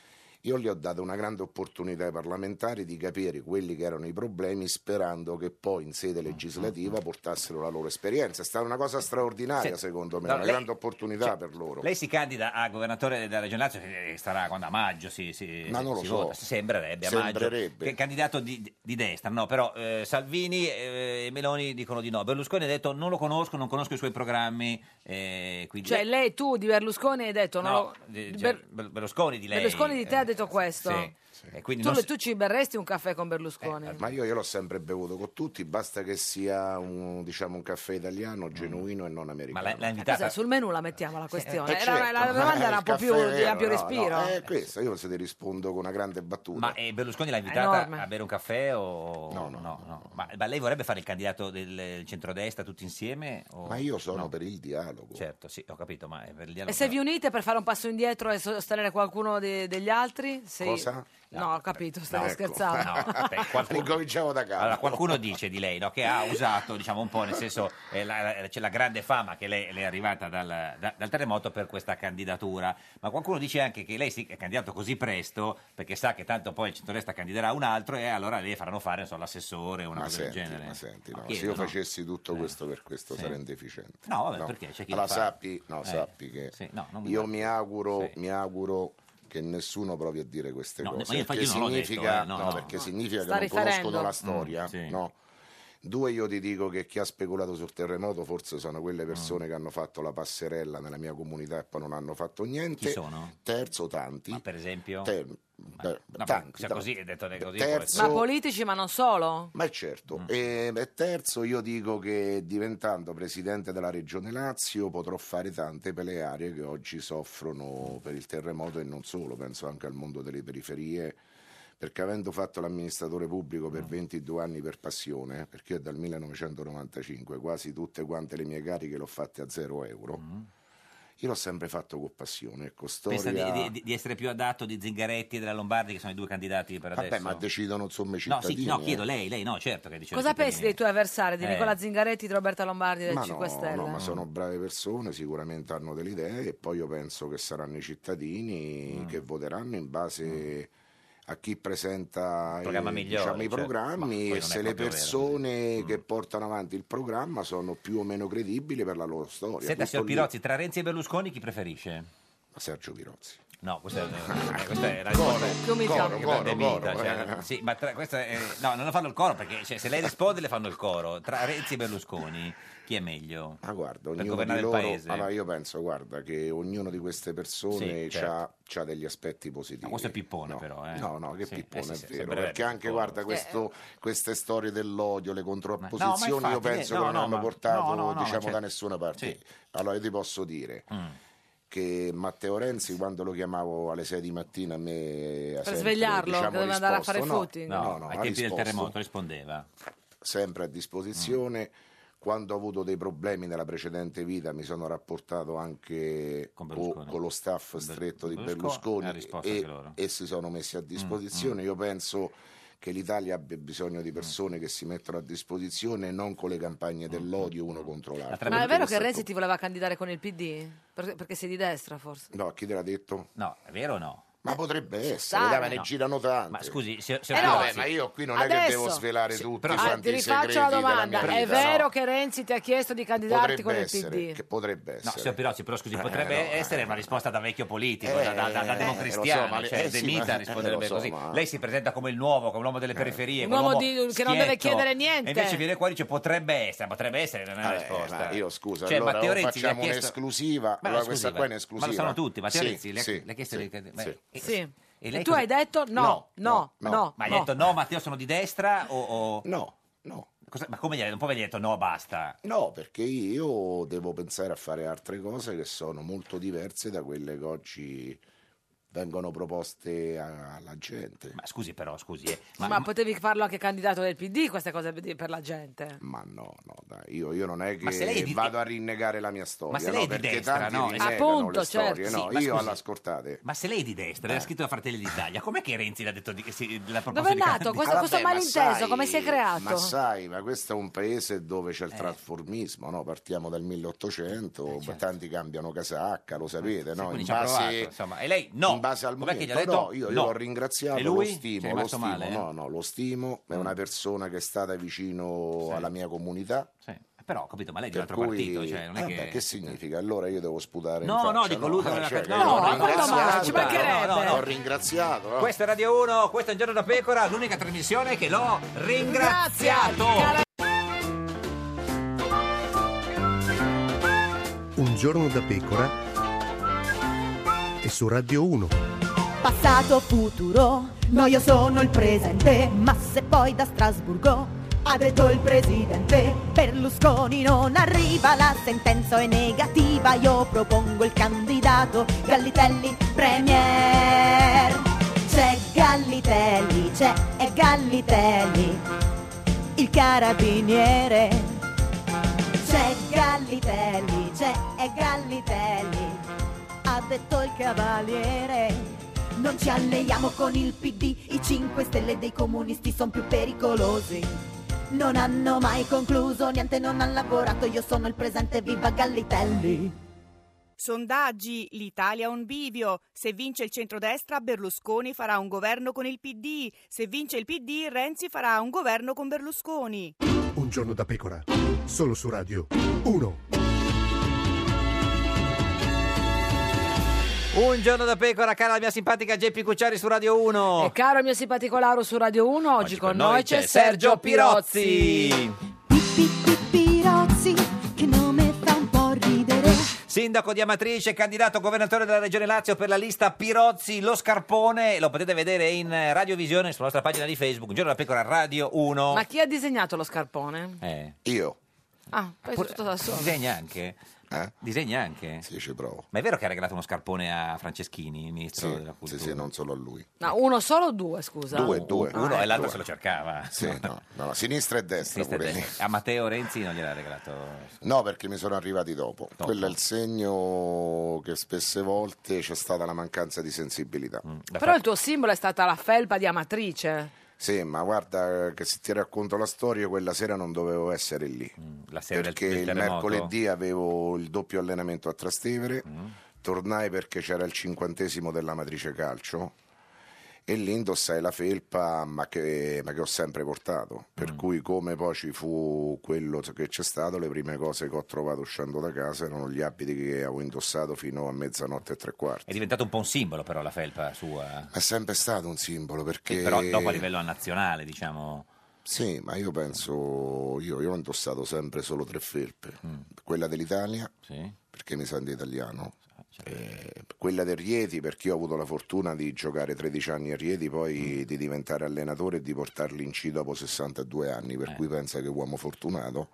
Io gli ho dato una grande opportunità ai parlamentari di capire quelli che erano i problemi sperando che poi in sede legislativa Mm-hmm. portassero la loro esperienza. È stata una cosa straordinaria Senta, secondo me, no, una lei- cioè, grande opportunità per loro. Lei si candida a governatore della Regione Lazio, che sarà quando a maggio si, si, Ma non lo si so. vota. Sembrerebbe a maggio. Sembrerebbe. Che è candidato di, di destra, no, però eh, Salvini eh, e Meloni dicono di no. Berlusconi ha detto non lo conosco, non conosco i suoi programmi. eh, quindi Cioè, lei, tu di Berlusconi hai detto... no, non lo- di- Ber- cioè, Ber- Berlusconi di lei. eh, Berlusconi di te ha detto questo. Sì. E quindi Tu, non Eh, si- tu ci berresti un caffè con Berlusconi? Eh, Ma io, io l'ho sempre bevuto con tutti, basta che sia un, diciamo, un caffè Mm. italiano, genuino e non americano. Ma l'ha Cos'è, cioè, Eh, sul menù la mettiamo la questione. Eh, Era- la certo. domanda Eh, era un il po' caffè più di vero, ampio no, respiro. no, eh, questo, io se ti rispondo con una grande battuta. Ma eh, Berlusconi l'ha invitata Enorme. a bere un caffè o no? no, Ma, ma lei vorrebbe fare il candidato del centrodestra tutti insieme? o- Ma io sono no? per il dialogo. Certo, sì, ho capito, ma è per il dialogo. E se vi unite per fare un passo indietro e sostenere qualcuno de- degli altri? Sì. Cosa? No, ho capito, stavo ecco. scherzando. No, vabbè, qualcuno... da capo. Allora, qualcuno dice di lei no, che ha usato, diciamo un po', nel senso, eh, la- la- c'è la grande fama che lei, le è arrivata dal, da- dal terremoto per questa candidatura, ma qualcuno dice anche che lei si è candidato così presto perché sa che tanto poi il centrodestra candiderà un altro e allora le faranno fare non so, l'assessore o una Ma cosa senti, del genere. ma senti, Ma no, chiedo, se io no? facessi tutto questo per questo Eh. Sì. sarei indeficiente. No, vabbè, perché c'è chi lo allora, fa. sappi, no, Eh. sappi che no, non mi io guardi. mi auguro, mi auguro che nessuno provi a dire queste No, ma io cose. infatti perché non l'ho detto, significa, eh, no, no, no. perché significa Sta che non riferendo. conoscono la storia, Mm, sì. no? Due, io ti dico che chi ha speculato sul terremoto forse sono Mm. quelle persone che hanno fatto la passerella nella mia comunità e poi non hanno fatto niente. Chi sono? Terzo, tanti. Ma per esempio? No, tanti, se è tanti. Cioè, così, è detto così. Terzo- può essere. Ma politici, ma non solo? Ma è certo. Mm. E, e terzo, io dico che diventando presidente della regione Lazio potrò fare tante per le aree che oggi soffrono per il terremoto e non solo, penso anche al mondo delle periferie. Perché avendo fatto l'amministratore pubblico Mm. per 22 anni per passione, perché io dal 1995 quasi tutte quante le mie cariche l'ho fatte a zero euro, io l'ho sempre fatto con passione, con Pensa Mm. di, storia. di- di essere più adatto di Zingaretti e della Lombardi, che sono i due candidati per Vabbè, adesso. ma decidono insomma i No, cittadini. sì, no, eh. chiedo lei, lei no, certo che dice Cosa pensi dei tuoi avversari, di Eh. Nicola Zingaretti, di Roberta Lombardi, Eh, del Ma 5 Stelle? No, ma sono brave persone, sicuramente hanno delle idee e poi io penso che saranno i cittadini Mm. che voteranno in base a chi presenta i, Programma migliore, diciamo, i cioè, ma poi programmi non è e se le proprio vero. Mm. persone che portano avanti il programma sono più o meno credibili per la loro storia. Senta, Tutto signor lì. Pirozzi, tra Renzi e Berlusconi chi preferisce? Sergio Virozzi. No, questa è, eh, questa è la risposta Coro, Come coro, siamo? coro, grande vita, coro, cioè, eh. sì, ma tra- questa è- no, non la fanno il coro perché cioè, se lei risponde le fanno il coro. Tra Renzi e Berlusconi chi è meglio? Ma guarda, per ognuno governare di loro, il paese. allora io penso, guarda, che ognuno di queste persone Sì, certo. ha degli aspetti positivi. questo è Pippone, no. però, eh. No, no, che Sì, eh sì, Pippone sì, è vero. sembrerebbe Perché anche, Pippone. guarda, Cioè, Eh, questo- queste storie dell'odio, le contrapposizioni, No, ma io infatti, penso no, che non no, hanno ma- portato, no, no, Mm. no, diciamo, certo. da nessuna parte. Allora, io ti posso dire... Che Matteo Renzi, quando lo chiamavo alle 6 di mattina, a me ha Per sempre, svegliarlo, diciamo, che doveva andare a fare risposto, no, footing. No, no, ai ha tempi del risposto terremoto rispondeva. sempre a disposizione. Quando ho avuto dei problemi nella precedente vita mi sono rapportato anche co- con, lo staff stretto di Berlusconi Berlusconi, ha risposto anche e, loro. Mm, e si sono messi a disposizione. Io penso che l'Italia abbia bisogno Mm. di persone che si mettono a disposizione e non con le campagne mm, dell'odio uno contro l'altro. Ma è vero che Perché Renzi ti voleva candidare con il PD? Per- perché sei di destra, forse. questo- No, chi te l'ha detto? Eh, No, è vero o no? Ma potrebbe essere, dai, dai, ma ne no. girano tante. Ma scusi, se, se Eh però- vabbè, ma io qui non è che Adesso. devo svelare tutti Ah, quanti ti i segreti rifaccio la della domanda. mia È vita, no. vero che Renzi ti ha chiesto di candidarti Potrebbe con il essere, PD? che potrebbe No, essere. signor Pirozzi, però scusi, Eh, potrebbe no, essere una risposta da vecchio politico, Eh, da, da, da- da eh, democristiano, lo so, ma le- cioè eh, sì, Demita ma- eh, risponderebbe lo so, così. ma- Eh. Lei si presenta come il nuovo, come l'uomo delle periferie, Un come uomo l'uomo di- che non deve schietto, chiedere niente. E invece viene qua e dice potrebbe essere, potrebbe essere, non è una Eh, risposta. ma io scusa, Cioè, allora Matteo o Renzi gli ha facciamo chiesto- un'esclusiva, Ma allora scusi, questa ma- qua è un'esclusiva. Ma lo sanno tutti, Matteo Sì, Renzi le ha sì, le ha chiesto... sì, di- sì. beh, e- Sì. e E, lei tu cosa- hai detto no, no, no. Ma gli no. ha detto no, Matteo, sono di destra o... o... No, no. Cosa- ma come gli ha detto? Un po' gli ha detto no, basta. No, perché io devo pensare a fare altre cose che sono molto diverse da quelle che oggi vengono proposte a- alla gente. Ma scusi però, scusi. eh, Ma, potevi farlo anche candidato del PD, queste cose di- per la gente. Ma no, no, dai, io, io non è Ma se lei è che di- vado a rinnegare la mia storia, Ma se lei no, è di perché destra, tanti no? rinnegano Appunto, le storie, certo. no, Sì, ma io scusi. alla scortate. Ma se lei è di destra, Eh. era scritto da Fratelli d'Italia, com'è che Renzi l'ha detto di, sì, la proposta Dov'è di nato candidare? questo- questo ma malinteso? sai- Come si è creato? Ma sai, ma questo è un paese dove c'è Eh. il trasformismo, no? Partiamo dal 1800, tanti cambiano casacca, lo sapete, no? certo. Eh, quindi ci ha provato, insomma. E lei no. In base al Com'è che momento, gli ha detto? no, io, No. io ho E ringraziato, lui? lo Ci è stimo, lo rimasto stimo, male, Mm. eh? no, no, lo stimo, è una persona che è stata vicino alla mia comunità. Però, ho capito, ma lei è di un Per Eh, altro partito, cioè, non è vabbè, che... Eh. significa? Allora io devo sputare No, in faccia, no, dico lui che aveva Cioè, capito- io No, ho ma quello mai, ringraziato, ci no, mancherebbe. no, no, Ho ringraziato. no? Questa è Radio 1, questo è un giorno da pecora, l'unica trasmissione che l'ho ringraziato. Un giorno da pecora e su Radio 1. Passato, futuro, no io sono il presente, ma se poi da Strasburgo ha detto il presidente Berlusconi non arriva, la sentenza è negativa, io propongo il candidato Gallitelli Premier. C'è Gallitelli, c'è è Gallitelli, il carabiniere. C'è Gallitelli, c'è è Gallitelli, ha detto il cavaliere. Non ci alleiamo con il PD, i 5 stelle dei comunisti sono più pericolosi. Non hanno mai concluso, niente non hanno lavorato, io sono il presente, viva Gallitelli. Sondaggi, l'Italia a un bivio. Se vince il centrodestra, Berlusconi farà un governo con il PD. Se vince il PD, Renzi farà un governo con Berlusconi. Un giorno da pecora. Solo su Radio 1. Un giorno da pecora, cara la mia simpatica Geppi Cucciari su Radio 1. E caro il mio simpatico Lauro su Radio 1, oggi, con noi c'è Sergio Pirozzi. Pirozzi, che nome fa un po' ridere. Sindaco di Amatrice, candidato governatore della Regione Lazio per la lista Pirozzi Lo Scarpone. Lo potete vedere in eh, radiovisione sulla nostra pagina di Facebook, Un giorno da pecora Radio 1. Ma chi ha disegnato lo scarpone? Eh. Io. Eh? Ah, poi Pure- tutto da solo. Disegna anche. Disegna anche? Sì, ci provo. Ma è vero che ha regalato uno scarpone a Franceschini, il ministro Sì, della cultura? sì, non solo a lui. No, uno solo o due, scusa? Due, due. Uno e l'altro Due. se lo cercava. Sì, no, no, no, sinistra e destra. Sinistra e pure. destra. A Matteo Renzi non gliel'ha regalato. No, perché mi sono arrivati dopo. Quello è il segno che spesse volte c'è stata la mancanza di sensibilità. Mm, Però il tuo simbolo è stata la felpa di Amatrice. Sì, ma guarda eh, che se ti racconto la storia, quella sera non dovevo essere lì. Mm, la sera del- perché del il terremoto? mercoledì avevo il doppio allenamento a Mm. Trastevere, tornai perché c'era il cinquantesimo della matrice calcio e lì indossai la felpa ma che, ma che ho sempre portato Mm. per cui come poi ci fu quello che c'è stato le prime cose che ho trovato uscendo da casa erano gli abiti che avevo indossato fino a mezzanotte e tre quarti È diventato un po' un simbolo però la felpa sua. è sempre stato un simbolo perché Però dopo a livello nazionale, diciamo. Sì, ma io penso, io, io ho indossato sempre solo tre felpe, quella dell'Italia, perché mi sento italiano, eh, quella del Rieti, perché io ho avuto la fortuna di giocare 13 anni a Rieti, poi di diventare allenatore e di portarli in C dopo 62 anni, per cui pensa che uomo fortunato.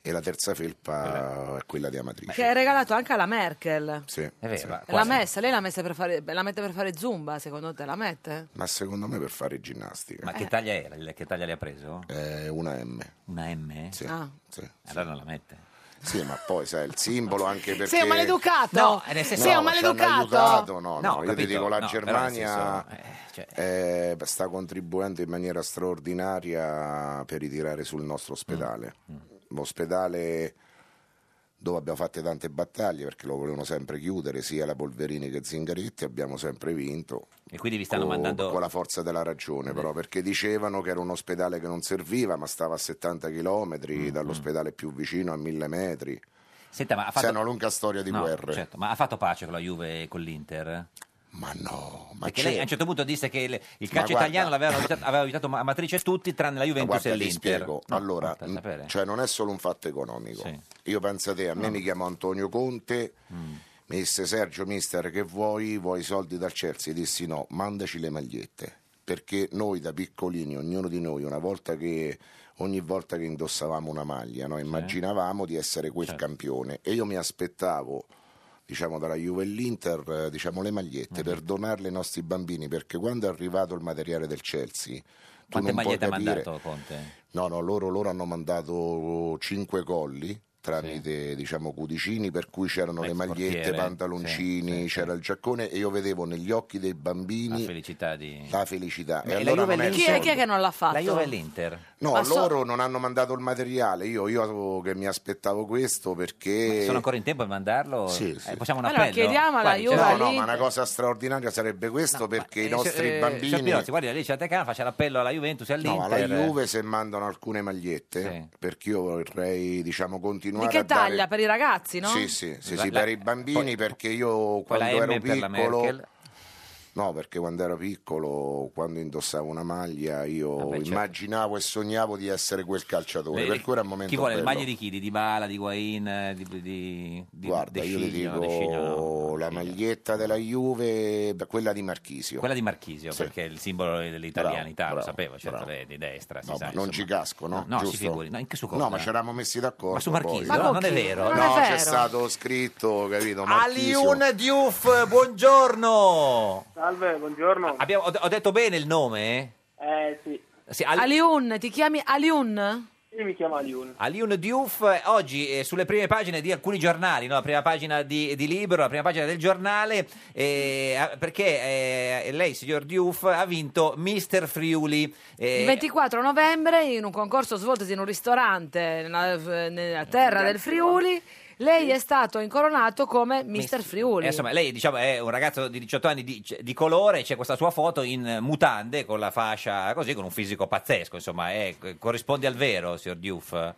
E la terza felpa è quella di Amatrice. Che è regalato anche alla Merkel. Sì, sì. L'ha messa, lei l'ha messa per fare, la mette per fare zumba, secondo te la mette? Ma secondo me per fare ginnastica. Eh, Ma Eh. che taglia era? Il- Che taglia le ha preso? una M. Una M? Sì. Ah. sì. Allora non la mette. Sì, ma poi sai, il simbolo anche perché... Sei un maleducato! No, nel senso- Sei un ma ci hanno maleducato! aiutato, No, no, Eh, No, ho io ti capito, dico, la no, però nel Germania senso, cioè- eh, sta contribuendo in maniera straordinaria per ritirare sul nostro ospedale. Mm, L'ospedale dove abbiamo fatto tante battaglie perché lo volevano sempre chiudere, sia la Polverini che Zingaretti, abbiamo sempre vinto. E quindi vi stanno con, mandando- Con la forza della ragione, però, perché dicevano che era un ospedale che non serviva, ma stava a 70 km Mm, dall'ospedale più vicino, a 1000 metri. Senta, ma ha fatto... Sì, è una lunga storia di No, guerre. certo, ma ha fatto pace con la Juve e con l'Inter? Ma no, ma Perché c'è- lei a un certo punto disse che le- il calcio guarda- italiano l'aveva aiutato, aveva aiutato a matrice tutti tranne la Juventus Guarda, e ti l'Inter. spiego. No, allora, per sapere. cioè non è solo un fatto economico. Io penso a te, a me mi chiamo Antonio Conte, Mm. mi disse Sergio, mister, che vuoi? Vuoi i soldi dal Chelsea? Dissi no, mandaci le magliette. Perché noi da piccolini, ognuno di noi, una volta che ogni volta che indossavamo una maglia, no, immaginavamo di essere quel Certo. campione. E io mi aspettavo diciamo dalla Juve e l'Inter, eh, diciamo le Mm. magliette per donarle ai nostri bambini, perché quando è arrivato il materiale del Chelsea, tu Quante non puoi magliette ha capire mandato Conte? No, no, loro, loro hanno mandato cinque colli tramite diciamo cudicini per cui c'erano le magliette, portiere, pantaloncini, c'era il giaccone e io vedevo negli occhi dei bambini La felicità di... Eh, la felicità. E la E allora Juve non è Chi è, chi è che non l'ha fatto? La Juve e l'Inter. No, Ma so- loro non hanno mandato il materiale, io, io che mi aspettavo questo perché... Sono ancora in tempo a mandarlo? Sì, sì. Eh, possiamo un Allora, appello? chiediamo alla Guardi, Juve, No, c'è- no, ma una cosa straordinaria sarebbe questo perché i Eh, nostri eh, bambini... signor Pirozzi, guardi, lei c'è la Tecana, faccia l'appello alla Juventus e No, all'Inter. alla Juve se mandano alcune magliette, perché io vorrei diciamo, Di continuare che a dare... taglia? Per i ragazzi, no? Sì, sì, sì, La- sì, la- per i bambini perché io poi la quando ero M per la piccolo... Merkel. No, perché quando ero piccolo, quando indossavo una maglia, io Vabbè, certo. immaginavo e sognavo di essere quel calciatore. Lei- per cui era un momento Chi vuole bello. le maglie di chi? Di Dybala, di Guain, eh, di, di, di Guarda, De io le Sciglio, dico no, De Sciglio no. la maglietta della Juve, beh, quella di Marchisio. Quella di Marchisio, Sì. perché è il simbolo dell'italianità, Bravo, lo sapevo, certo, bravo. lei è di destra, si No, sa, ma non insomma. ci casco, no? No, no, si Giusto? figuri, no, in che su cosa? No, ma ci eravamo messi d'accordo. Ma su poi. Marchisio, Ma no, con non è chi? vero. Ma non No, è c'è vero. stato scritto, capito? Marchisio. Aliun Diouf, buongiorno! Salve, buongiorno. Abbiamo- ho, ho detto bene il nome? Eh sì. Sì, Al- Aliun, ti chiami Aliun? Io mi chiamo Aliun. Aliun Diouf eh, oggi eh, sulle prime pagine di alcuni giornali, no? la prima pagina di, di Libero, la prima pagina del giornale, eh, ah, perché eh, lei, signor Diouf, ha vinto Mister Friuli. eh, Il 24 novembre, in un concorso svoltosi in un ristorante nella, Eh, nella terra del Friuli, lei è stato incoronato come Mister Friuli. eh, insomma, lei diciamo, è un ragazzo di 18 anni di, cioè, di colore, c'è questa sua foto in eh, mutande con la fascia così, con un fisico pazzesco, insomma, eh, co- corrisponde al vero, signor Diouf,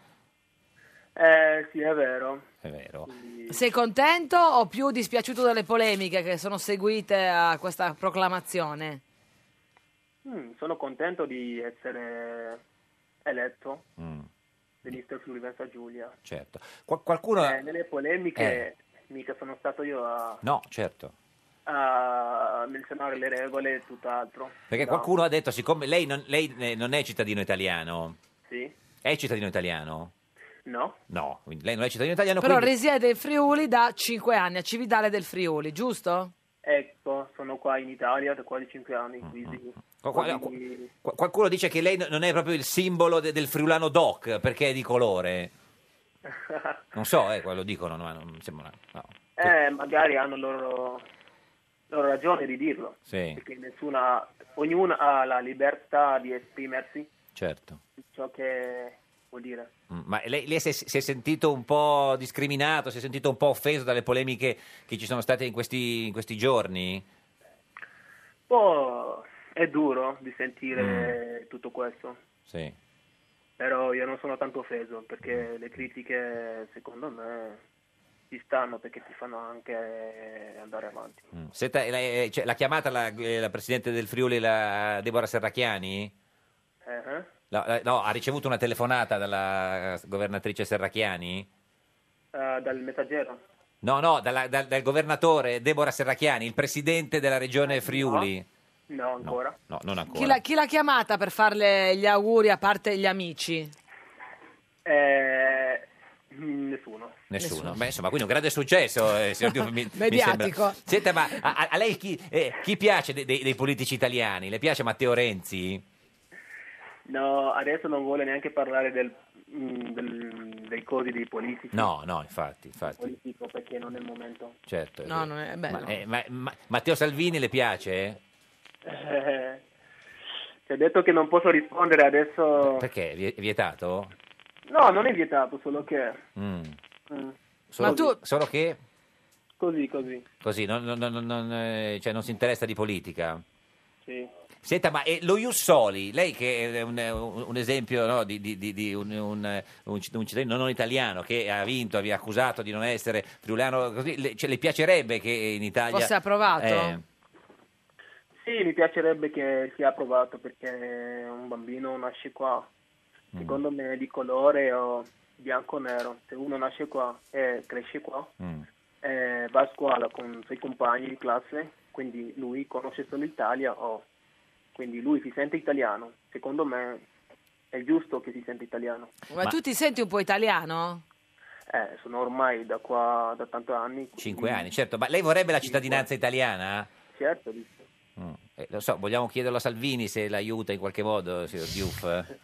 Eh sì, è vero. è vero. Sei contento o più dispiaciuto delle polemiche che sono seguite a questa proclamazione? Mm, sono contento di essere eletto Mm, ministro Friuli-Venezia Giulia. certo. Qual- qualcuno... Eh. Eh, nelle polemiche mica sono stato io a, No, certo. a menzionare le regole e tutt'altro. Perché No. qualcuno ha detto, siccome lei non, lei, eh, non è cittadino italiano, Sì? è cittadino italiano? No? No, quindi lei non è cittadino italiano, Però quindi... risiede in Friuli da 5 anni, a Cividale del Friuli, giusto? Ecco, sono qua in Italia da quasi 5 anni, Mm, quindi... Qua- qua- quindi- Qu- qualcuno dice che lei no- non è proprio il simbolo de- del friulano doc, perché è di colore. mm, Non so, eh, quello dicono, ma non mi sembra... no. eh, magari hanno loro, loro ragione di dirlo. Sì, Perché nessuna, ognuno ha la libertà di esprimersi, certo. ciò che vuol dire. Mm, Ma lei, lei si, è, si è sentito un po' discriminato, si è sentito un po' offeso dalle polemiche che ci sono state in questi, in questi giorni? po' è duro di Mm. sentire tutto questo, Sì. però io non sono tanto offeso perché le critiche secondo me ci stanno perché ti fanno anche andare avanti. Senta, eh, la, eh, cioè, l'ha chiamata la, eh, la presidente del Friuli, la Deborah Serracchiani? Eh, eh? No, eh, no, ha ricevuto una telefonata dalla eh, governatrice Serracchiani? Eh, dal messaggero? No, no, dalla- dal, dal governatore Deborah Serracchiani, il presidente della regione Friuli. No, ancora. No, non ancora. Chi l'ha, chi l'ha chiamata per farle gli auguri a parte gli amici? Eh, nessuno. Nessuno. Beh, insomma, quindi un grande successo, eh, signor Di- mi- mi sembra. Mediatico. Senta, ma a, a- a lei chi, eh, chi piace de- dei, dei politici italiani? Le piace Matteo Renzi? No, adesso non vuole neanche parlare del, mm, del- dei cosi dei politici. No, no, infatti, infatti. Politico perché non è il momento. Certo. è No, vero. non è- beh, ma, no. eh, ma- ma- Matteo Salvini le piace? Eh, ti ho detto che non posso rispondere adesso. Perché? Vi- È vietato? No, non è vietato, solo che... Mm. mm, Solo, Ma tu- solo che Così, così. così non, non- non- non, eh, cioè, non si interessa di politica. Sì. Senta, ma eh, lo Jussoli, lei che è un, un esempio no, di, di- di- di un, un- un cit- un cittadino non italiano che ha vinto, vi ha accusato di non essere friulano, così, le, cioè, le piacerebbe che in Italia... Fosse approvato? Eh, Sì, mi piacerebbe che sia approvato perché un bambino nasce qua. Secondo me di colore o bianco o nero. Se uno nasce qua e cresce qua, eh, va a scuola con i suoi compagni di classe, quindi lui conosce solo l'Italia o quindi lui si sente italiano. Secondo me è giusto che si sente italiano. Ma, tu ti senti un po' italiano? Eh, sono ormai da qua da tanti anni. cinque anni, certo. Ma lei vorrebbe la cittadinanza italiana? Certo, di- Mm, eh, lo so, vogliamo chiederlo a Salvini se l'aiuta in qualche modo, signor Diouf?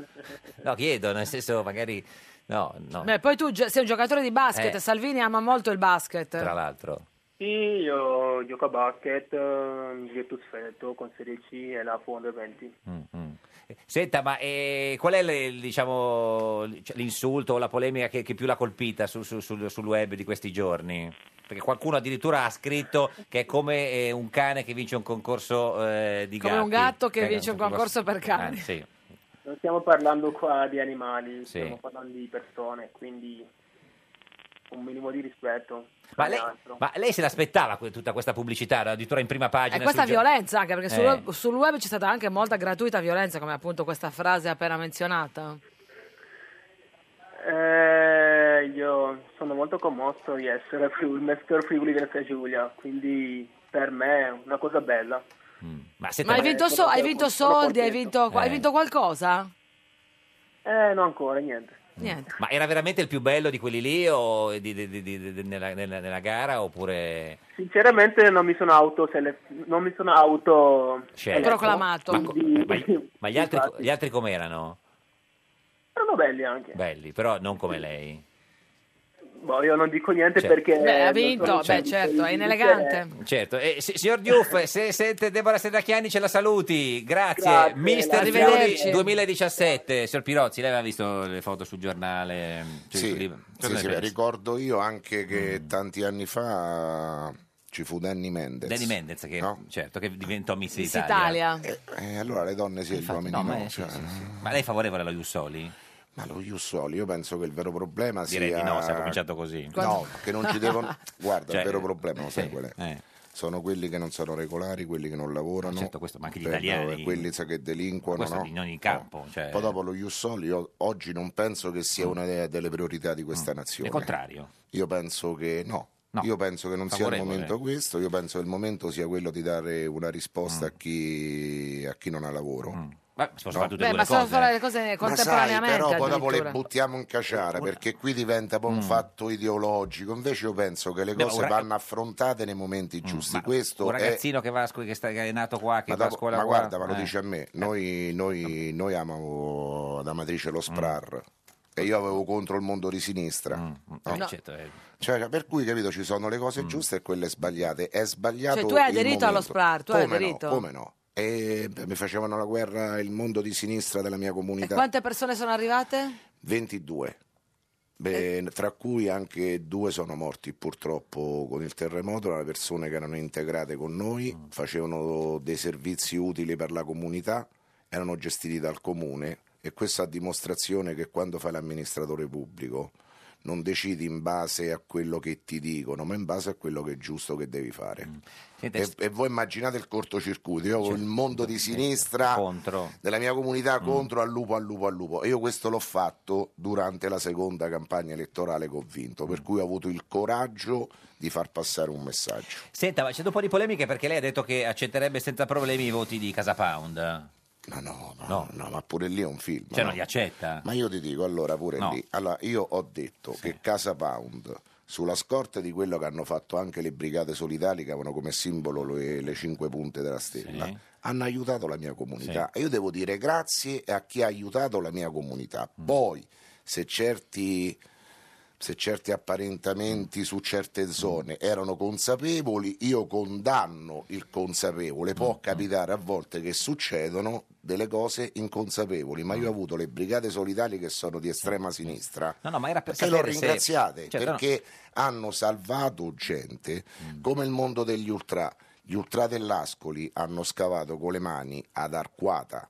No, chiedo, nel senso magari... No, no, Beh, poi tu gio- sei un giocatore di basket, Eh. Salvini ama molto il basket. Eh, tra l'altro. Sì, io gioco a basket, eh, Virtus Feto con Serie C e la Fondo 20. Mm. Senta, ma eh, qual è le- diciamo, cioè, l'insulto o la polemica che, che più l'ha colpita su- su- sul, sul web di questi giorni? Perché qualcuno addirittura ha scritto che è come eh, un cane che vince un concorso eh, di Come gatti. un gatto che Cane- vince un concorso per cani. Ah, sì. Non stiamo parlando qua di animali, Sì. stiamo parlando di persone, quindi un minimo di rispetto. Ma tra lei, l'altro. ma lei se l'aspettava que- tutta questa pubblicità, era addirittura in prima pagina? E Eh, questa sul gio- violenza anche, perché sul, Eh. web, sul web c'è stata anche molta gratuita violenza, come appunto questa frase appena menzionata. Eh, io sono molto commosso di essere Friuli, Mestre Friuli Venezia Giulia, quindi per me è una cosa bella. Mm. Ma, senta, Ma hai ma- vinto, so- hai vinto soldi, hai vinto, Eh. hai vinto qualcosa? Eh, no ancora, niente. Niente. ma era veramente il più bello di quelli lì o di- di- di- di- di- nella, nella- nella gara oppure... Sinceramente non mi sono auto, sele- non mi sono auto Scelto. eletto, Proclamato. Ma co- quindi- Ma gli altri, gli altri com'erano? erano belli anche. Belli, però non come lei. Boh, io non dico niente Cioè- perché... Beh, ha non vinto, sono cioè, beh, di- certo, è di- inelegante. Certo, Eh, si- signor Diouf, se sente Deborah Serracchiani ce la saluti, grazie. Grazie, Mister arrivederci. Friuli 2017, signor Pirozzi, lei aveva visto le foto sul giornale? cioè Sì, sul libro. Cosa sì, ne sì, pensa? ricordo io anche che tanti anni fa ci fu Danny Mendez. Danny Mendez, che, certo, che diventò Miss, Miss Italia. Italia. Eh, allora le donne sì, e gli uomini no, no. ma- eh, sì, cioè, sì, Ma lei è favorevole alla Jussoli? Ma lo Jussoli, io penso che il vero problema Direi sia... di no, se ha cominciato così. No, che non ci devono... Guarda, Cioè, il vero problema, lo sai qual è? eh. Sono quelli che non sono regolari, quelli che non lavorano. Certo, questo, ma anche gli per- italiani. Quelli sa, che delinquono, Questo no? in ogni campo. cioè- Poi dopo lo Jussoli, io oggi non penso che sia una de- delle priorità di questa nazione. Il Mm. contrario. Io penso che no. No. Io penso che non sia il Favorevole. momento questo, io penso che il momento sia quello di dare una risposta a, chi, a chi non ha lavoro. Ma si possono Mm. fare tutte Beh, e due ma le sono cose. fare le cose Ma sai, contemporaneamente. però poi dopo le addirittura. buttiamo in caciara perché qui diventa poi un fatto ideologico. Invece, io penso che le Mm. Beh, cose un ra- vanno affrontate nei momenti giusti. Questo Un è ragazzino che, va a scu- che, sta, che è nato qua, che ma, va a dopo- scuola ma qua. guarda, ma lo Eh. dice a me, noi, noi, noi amavo ad Amatrice Mm. lo Sprar e io avevo contro il mondo di sinistra. no? Eh, certo, eh. Mm. Cioè, per cui, capito, ci sono le cose giuste e quelle sbagliate. È sbagliato Cioè, tu hai il aderito allo momento. Sprar, tu hai Come no, aderito? come no. E beh, mi facevano la guerra il mondo di sinistra della mia comunità. Quante persone sono arrivate? 22. Beh, tra cui anche due sono morti purtroppo con il terremoto, erano persone che erano integrate con noi, facevano dei servizi utili per la comunità, erano gestiti dal comune e questo a dimostrazione che quando fai l'amministratore pubblico non decidi in base a quello che ti dicono, ma in base a quello che è giusto che devi fare. Mm. Siete E, est- e voi immaginate il cortocircuito, io con Cioè, il mondo di sinistra contro. Mm. della mia comunità contro al lupo, al lupo, al lupo. E io questo l'ho fatto durante la seconda campagna elettorale che ho vinto, Mm. per cui ho avuto il coraggio di far passare un messaggio. Senta, ma c'è un po' di polemiche perché lei ha detto che accetterebbe senza problemi i voti di Casa Pound. Ma Oh, no, ma, no. ma pure lì è un film. Cioè, no? non li accetta. Ma io ti dico allora pure No. lì. Allora, io ho detto che Casa Pound, sulla scorta di quello che hanno fatto anche le brigate solidali, che avevano come simbolo le, le cinque punte della stella, hanno aiutato la mia comunità. E io devo dire grazie a chi ha aiutato la mia comunità. Poi, se certi se certi apparentamenti su certe zone erano consapevoli, io condanno il consapevole. Può capitare a volte che succedono delle cose inconsapevoli, ma io ho avuto le brigate solidali che sono di estrema sinistra. No, no, ma era per Perché lo sapere se- ringraziate, Certo, no. Mm. perché hanno salvato gente come il mondo degli ultra. Gli ultra dell'Ascoli hanno scavato con le mani ad Arquata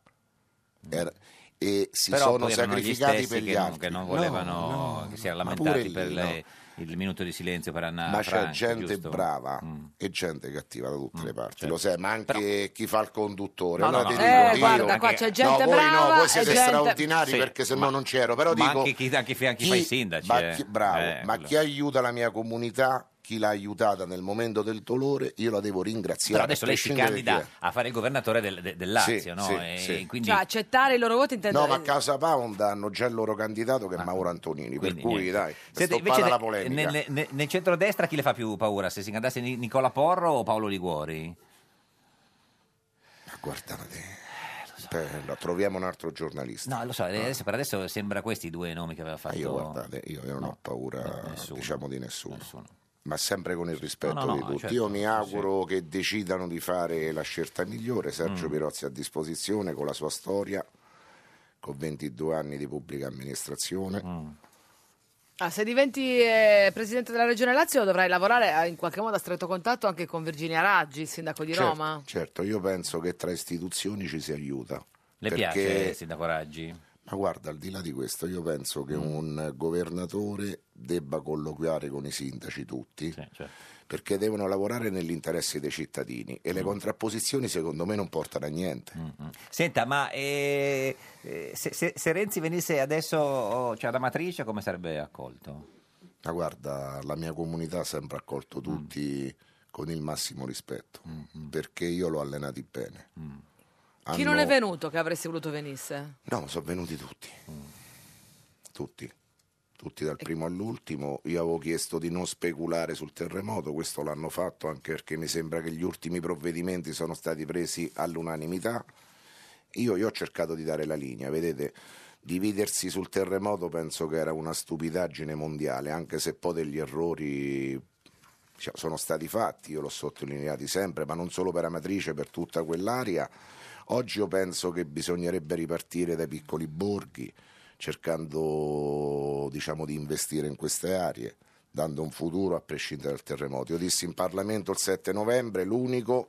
Er- e si Mm. Però sono poi erano sacrificati stessi per gli che non- altri. Che non No, volevano, no, che si erano ma lamentati pure lì, per no. le- il minuto di silenzio per Anna ma c'è Franchi, gente giusto? Mm. certo. brava e gente cattiva da tutte le parti, lo sai, ma anche chi fa il conduttore. No, allora no, ti no. dico, Eh, io- guarda, qua c'è gente no, voi brava No, voi e siete gente- straordinari Sì, perché se ma- no non c'ero. Però ma dico, anche chi- anche fi- anche chi fa i sindaci, ma eh. chi- bravo, Eh, ma quello. chi aiuta la mia comunità, chi l'ha aiutata nel momento del dolore, io la devo ringraziare. Però adesso a lei si prescindere da candida chi è. a fare il governatore del, de- del Lazio, Sì, no? sì, E sì. quindi Cioè, accettare i loro voti intendo... No, ma a Casa Pound hanno già il loro candidato che è Mauro Antonini, per Quindi cui niente. dai, Senta, stoppata invece la ne- polemica. Nel, nel, nel centrodestra chi le fa più paura? Se si candidasse Ni- Nicola Porro o Paolo Liguori? Eh, no, troviamo un altro giornalista. No, lo so, Eh, adesso- per adesso sembra questi i due nomi che aveva fatto. eh. Ah, Io guardate, io, io non ho paura Eh, diciamo di nessuno. Ma sempre con il rispetto No, no, di no, tutti. certo, Io mi auguro che decidano di fare la scelta migliore. Mm. Sergio Pirozzi a disposizione con la sua storia, con 22 anni di pubblica amministrazione. Mm. Ah, se diventi eh, presidente della regione Lazio dovrai lavorare eh, in qualche modo a stretto contatto anche con Virginia Raggi, il sindaco di Certo, Roma. certo, io penso che tra istituzioni ci si aiuta. Le Perché- piace il sindaco Raggi? Mm. Ma guarda, al di là di questo, io penso che un governatore debba colloquiare con i sindaci tutti, certo. perché devono lavorare nell'interesse dei cittadini e le Mm. contrapposizioni secondo me non portano a niente. Senta, ma eh, eh, se, se- se Renzi venisse adesso oh, cioè, ad Amatrice, come sarebbe accolto? Ma guarda, la mia comunità ha sempre accolto Mm. tutti con il massimo rispetto, perché io l'ho allenati bene. Mm. Chi non Hanno- è venuto che avresti voluto venisse? No, sono venuti tutti. Mm. Tutti. Tutti dal primo all'ultimo. Io avevo chiesto di non speculare sul terremoto, questo l'hanno fatto anche perché mi sembra che gli ultimi provvedimenti sono stati presi all'unanimità. Io, io ho cercato di dare la linea, vedete, dividersi sul terremoto penso che era una stupidaggine mondiale, anche se poi degli errori diciamo, sono stati fatti, io l'ho sottolineati sempre, ma non solo per Amatrice, per tutta quell'area. Oggi io penso che bisognerebbe ripartire dai piccoli borghi, cercando diciamo, di investire in queste aree, dando un futuro a prescindere dal terremoto. Io dissi in Parlamento il 7 novembre, l'unico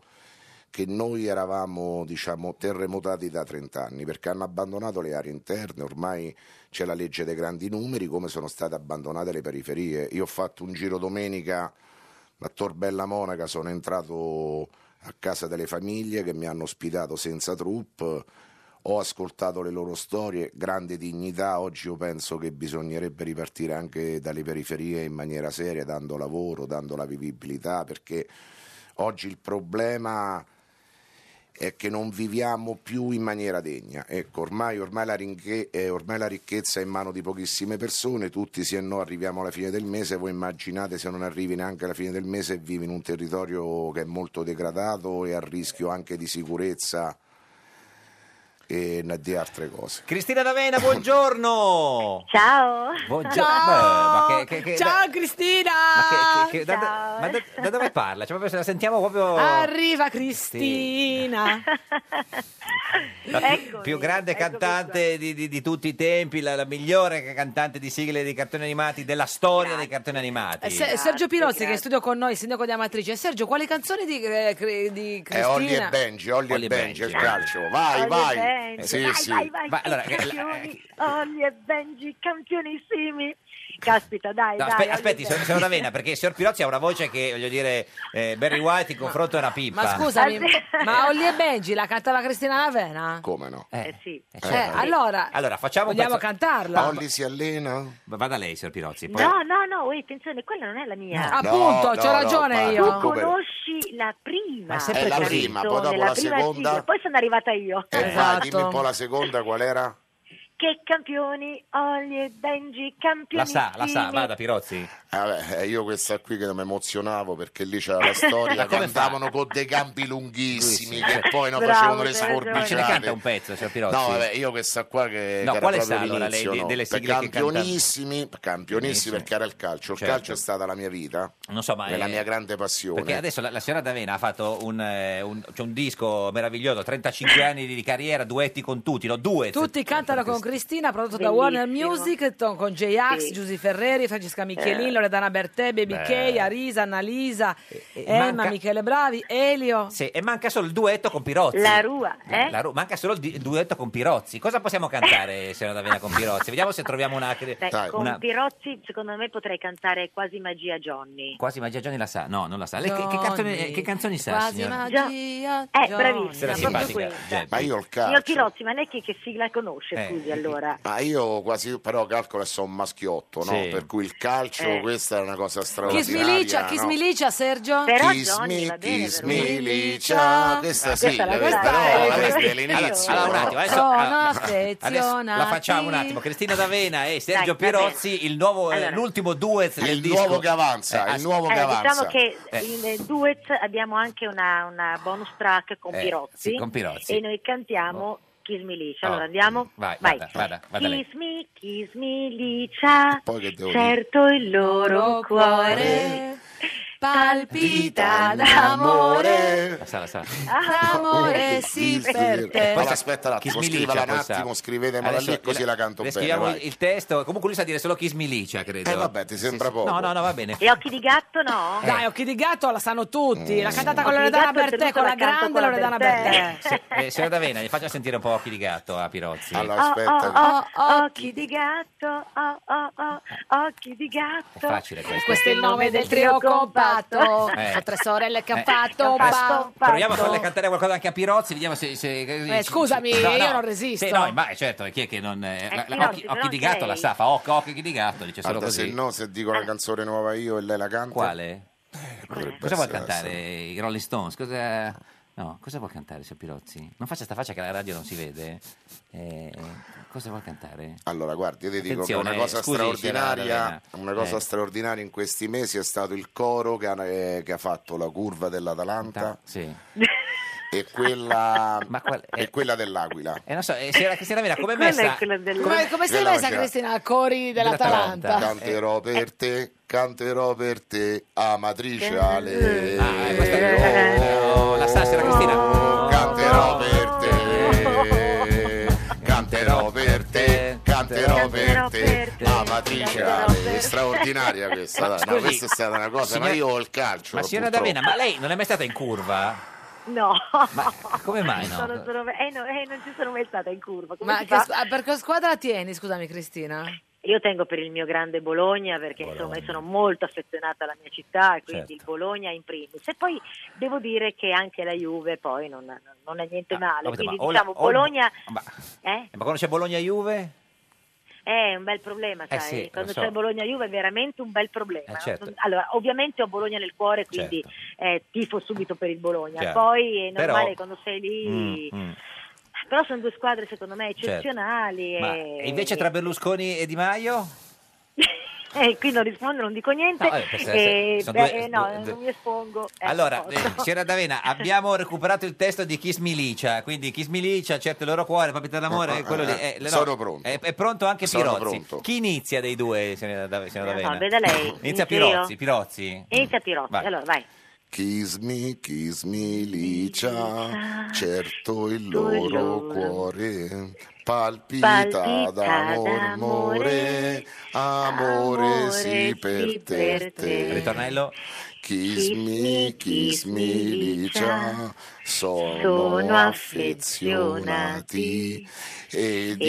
che noi eravamo diciamo, terremotati da 30 anni perché hanno abbandonato le aree interne, ormai c'è la legge dei grandi numeri, come sono state abbandonate le periferie. Io ho fatto un giro domenica a Tor Bella Monaca, sono entrato a casa delle famiglie che mi hanno ospitato senza troupe, ho ascoltato le loro storie, grande dignità, oggi io penso che bisognerebbe ripartire anche dalle periferie in maniera seria, dando lavoro, dando la vivibilità, perché oggi il problema è che non viviamo più in maniera degna. Ecco, ormai, ormai la rinche- eh, ormai la ricchezza è in mano di pochissime persone, tutti sì e no arriviamo alla fine del mese, voi immaginate se non arrivi neanche alla fine del mese e vivi in un territorio che è molto degradato e a rischio anche di sicurezza e di altre cose. Cristina D'Avena, buongiorno! Ciao! Buongiorno! Ciao. Beh, ma Eh, che- che- che- Ciao da- Cristina! ma che- che- che- da- da- ma da, da dove parla? Cioè, proprio se la sentiamo proprio... Arriva Cristina! ecco, La più- più grande cantante di, di- di tutti i tempi, la, la migliore cantante di sigle dei cartoni animati della storia dei cartoni animati. Eh, Se- Sergio Pirozzi che è in studio con noi, il sindaco di Amatrice. Sergio, quali canzoni di, eh, cre- di È Olli e Cristina? Benji, Olli e Benji, il calcio. Vai, Olli vai. E Benji. Sì, vai, sì. vai, vai, Ma sì, allora, eh, campioni, Olli e Benji, campionissimi. Caspita, dai, No, dai. aspe- Olli e aspetti, signor, Benji. signor D'Avena, perché il signor Pirozzi ha una voce che, voglio dire, eh, Barry White in confronto è una pippa. Ma scusami, ma Olli e Benji la cantava Cristina Lavena? Come no? Eh, sì. Eh, allora, Allora, facciamo un vogliamo pezzo- cantarla? Olli si allena? Vada lei, signor Pirozzi. poi- No, no, no, uè, attenzione, quella non è la mia. No, Appunto, no, c'ho no, ragione ma- io. Tu conosci la prima. Ma è sempre È la così. prima, poi dopo la la prima seconda. sigla, Poi sono arrivata io. Eh, vai, dimmi un po' la seconda qual era? Che campioni, Olli e Benji, campioni. Pirozzi. Vabbè, eh, io questa qui che mi emozionavo perché lì c'era la storia, Ma come fa? cantavano con dei campi lunghissimi Sì, sì. che poi no, Bravo, facevano le c'hai ragione. Ma ce ne sforbiciate. canta un pezzo, signor Pirozzi? No, vabbè, io questa qua che, No, che quale era sa proprio allora lei l'inizio, di- no? delle Per sigle che cantano? campionissimi, campionissimi perché era il calcio. Il Certo. calcio è stata la mia vita, Non so, ma è la eh, mia grande passione. Perché adesso la, la signora D'Avena ha fatto un, eh, un- c'è un disco meraviglioso, 35 anni di, di carriera, duetti con tutti, no? Due. Tutti cantano con Cristina, prodotto da Bellissimo. Warner Music, to- con J-Ax, Giuseppe Ferreri, Francesca Michelin, Eh. Loredana Bertè, Baby K, Beh. Arisa, Annalisa, Emma, manca- Michele Bravi, Elio. Sì, e manca solo il duetto con Pirozzi. La Rua, La- eh? la Rua, manca solo il, di- il duetto con Pirozzi. Cosa possiamo cantare, signora D'Avena, con Pirozzi? Vediamo se troviamo una... Beh, con una- Pirozzi, secondo me potrei cantare quasi magia Johnny. Quasi Magia Gianni la sa. No, non la sa. Lei che, che, canzoni, eh, che canzoni sa, Quasi signora? Magia Eh, bravissima. Sera proprio simpatica. questa. Geppi. Ma io il Signor calcio. Pirozzi, ma lei che, che sigla conosce, Eh. scusi, allora? Ma io quasi, però calcolo che sono un maschiotto, no? Sì. Per cui il calcio, Eh. questa è una cosa Chi straordinaria. smilicia, chi no? smilicia, Sergio? Chi smi- chi smilicia, questa Questa sì, è la questa cosa- no, eh, questa questa- è l'inizio. Allora, allora, un attimo, eh. adesso- ah, no? allora, Adesso affezionati. la facciamo un attimo. Cristina D'Avena e Sergio Dai, va bene. Pirozzi, il nuovo, eh, Allora. l'ultimo duet del Il disco. nuovo che avanza, il as- nuovo Eh, diciamo che Eh. in duet abbiamo anche una, una bonus track con Eh, Pirozzi, sì, con Pirozzi. e noi cantiamo Chi smilicia. Oh. Allora andiamo? Vai, Vai. vada, vada, vada Chi, lei. smi- chi smilicia, Poi che devo certo il loro cuore palpita d'amore. La sa, la sa. Amore, sì, per te. Allora, aspetta un attimo, Chi smilicia, scrivala un poi sa. attimo, scrivetemela Adesso lì così le- la canto le bene. scriviamo vai. il testo. Comunque lui sa dire solo chi smilicia, credo. Eh, vabbè, ti sembra poco. No, no, no, va bene. E occhi di gatto no? Eh. Dai, Occhi di Gatto la sanno tutti. La cantata con Occhi di Gatto, Loredana Bertè, oltretutto con la la canto grande con la Loredana Bertè. Bertè. Mm. Eh, signora D'Avena, gli faccia sentire un po' occhi di gatto a Pirozzi. Allora, aspetta. Oh, oh, occhi di gatto, oh, oh, oh, occhi di gatto. Eh. È facile questo. Questo è il nome del trio compatto. Eh. Ho tre sorelle che han Eh. fatto. pa- Proviamo a farle cantare qualcosa anche a Pirozzi, vediamo se. se- Eh, scusami, io non resisto. Sì, no, ma certo, chi è che non. eh, la- la- Pirozzi, occhi, però occhi di anche gatto la lei. sa, fa occhi, occhi di gatto, dice solo Guarda, se così. Ah. no, se dico una canzone nuova io e lei la canta. Quale? potrebbe Cosa vuol essere cantare? essa. I Rolling Stones? Cosa. No, cosa vuol cantare, signor Pirozzi? Non faccia sta faccia che la radio non si vede. Eh, cosa vuol cantare? Allora, guardi, io ti dico che Attenzione, una cosa scusi, signora straordinaria, D'Avena. una cosa Eh. straordinaria in questi mesi è stato il coro che ha, eh, che ha fatto la curva dell'Atalanta Sì. e quella, e quella dell'Aquila. Eh, non so, eh, signora Cristina Vera, come è Quella è messa? quella del- Come, come sei Della messa, Magia. Cristina? Al cori dell'Atalanta. Eh, Canterò per te, canterò per te, amatrice Ale. Oh, Eh, la sa, signora Cristina? Canterò per te, canterò per te, canterò per te, amatrice Ale. È straordinaria questa, dai. No, Scusi. questa è stata una cosa, ma io Signor- ho il calcio. Ma signora purtroppo. D'Avena, ma lei non è mai stata in curva? No, Come mai no? Sono- sono- eh, no, eh, non ci sono mai stata in curva. Come Ma si che, fa? s- ah, per che squadra tieni, scusami, Cristina? Io tengo per il mio grande Bologna perché insomma io sono molto affezionata alla mia città e quindi Certo. il Bologna in primis. E poi devo dire che anche la Juve poi non, non- non è niente male. vabbè, Quindi Ah, ma o la- diciamo o il- Bologna Ma, eh, ma quando c'è Bologna-Juve? è un bel problema, Eh sai? sì, lo Quando so. c'è Bologna-Juve è veramente un bel problema. Eh, certo. Allora, ovviamente ho Bologna nel cuore, quindi eh, tifo subito per il Bologna. Chiaro. Poi è normale Però- quando sei lì... Mm, mm. Però sono due squadre secondo me Eh, Certo. eccezionali. Ma e- invece tra Berlusconi e Di Maio? Eh, qui non rispondo, non dico niente. No, eh, queste- Eh, sono beh, due- eh, no, due- due- non mi espongo. Eh, Allora, non eh, posso. signora D'Avena, abbiamo recuperato il testo di Kiss Milicia, quindi Kiss Milicia, certo il loro cuore, Papita d'amore, Eh, quello lì. eh, eh, no, sono pronto. È, è pronto anche Sono Pirozzi. pronto. Chi inizia dei due, signora D'Ave- signora Eh, no, D'Avena? vede lei, Inizia inizio Pirozzi, io? Pirozzi. Inizia Pirozzi, Vai. allora vai. Kiss me, kiss me, Licia, certo il loro cuore palpita Palpita d'amor, more, amore sì per te. te. Ritornello. Kiss me, kiss me, Licia, sono sono affezionati ed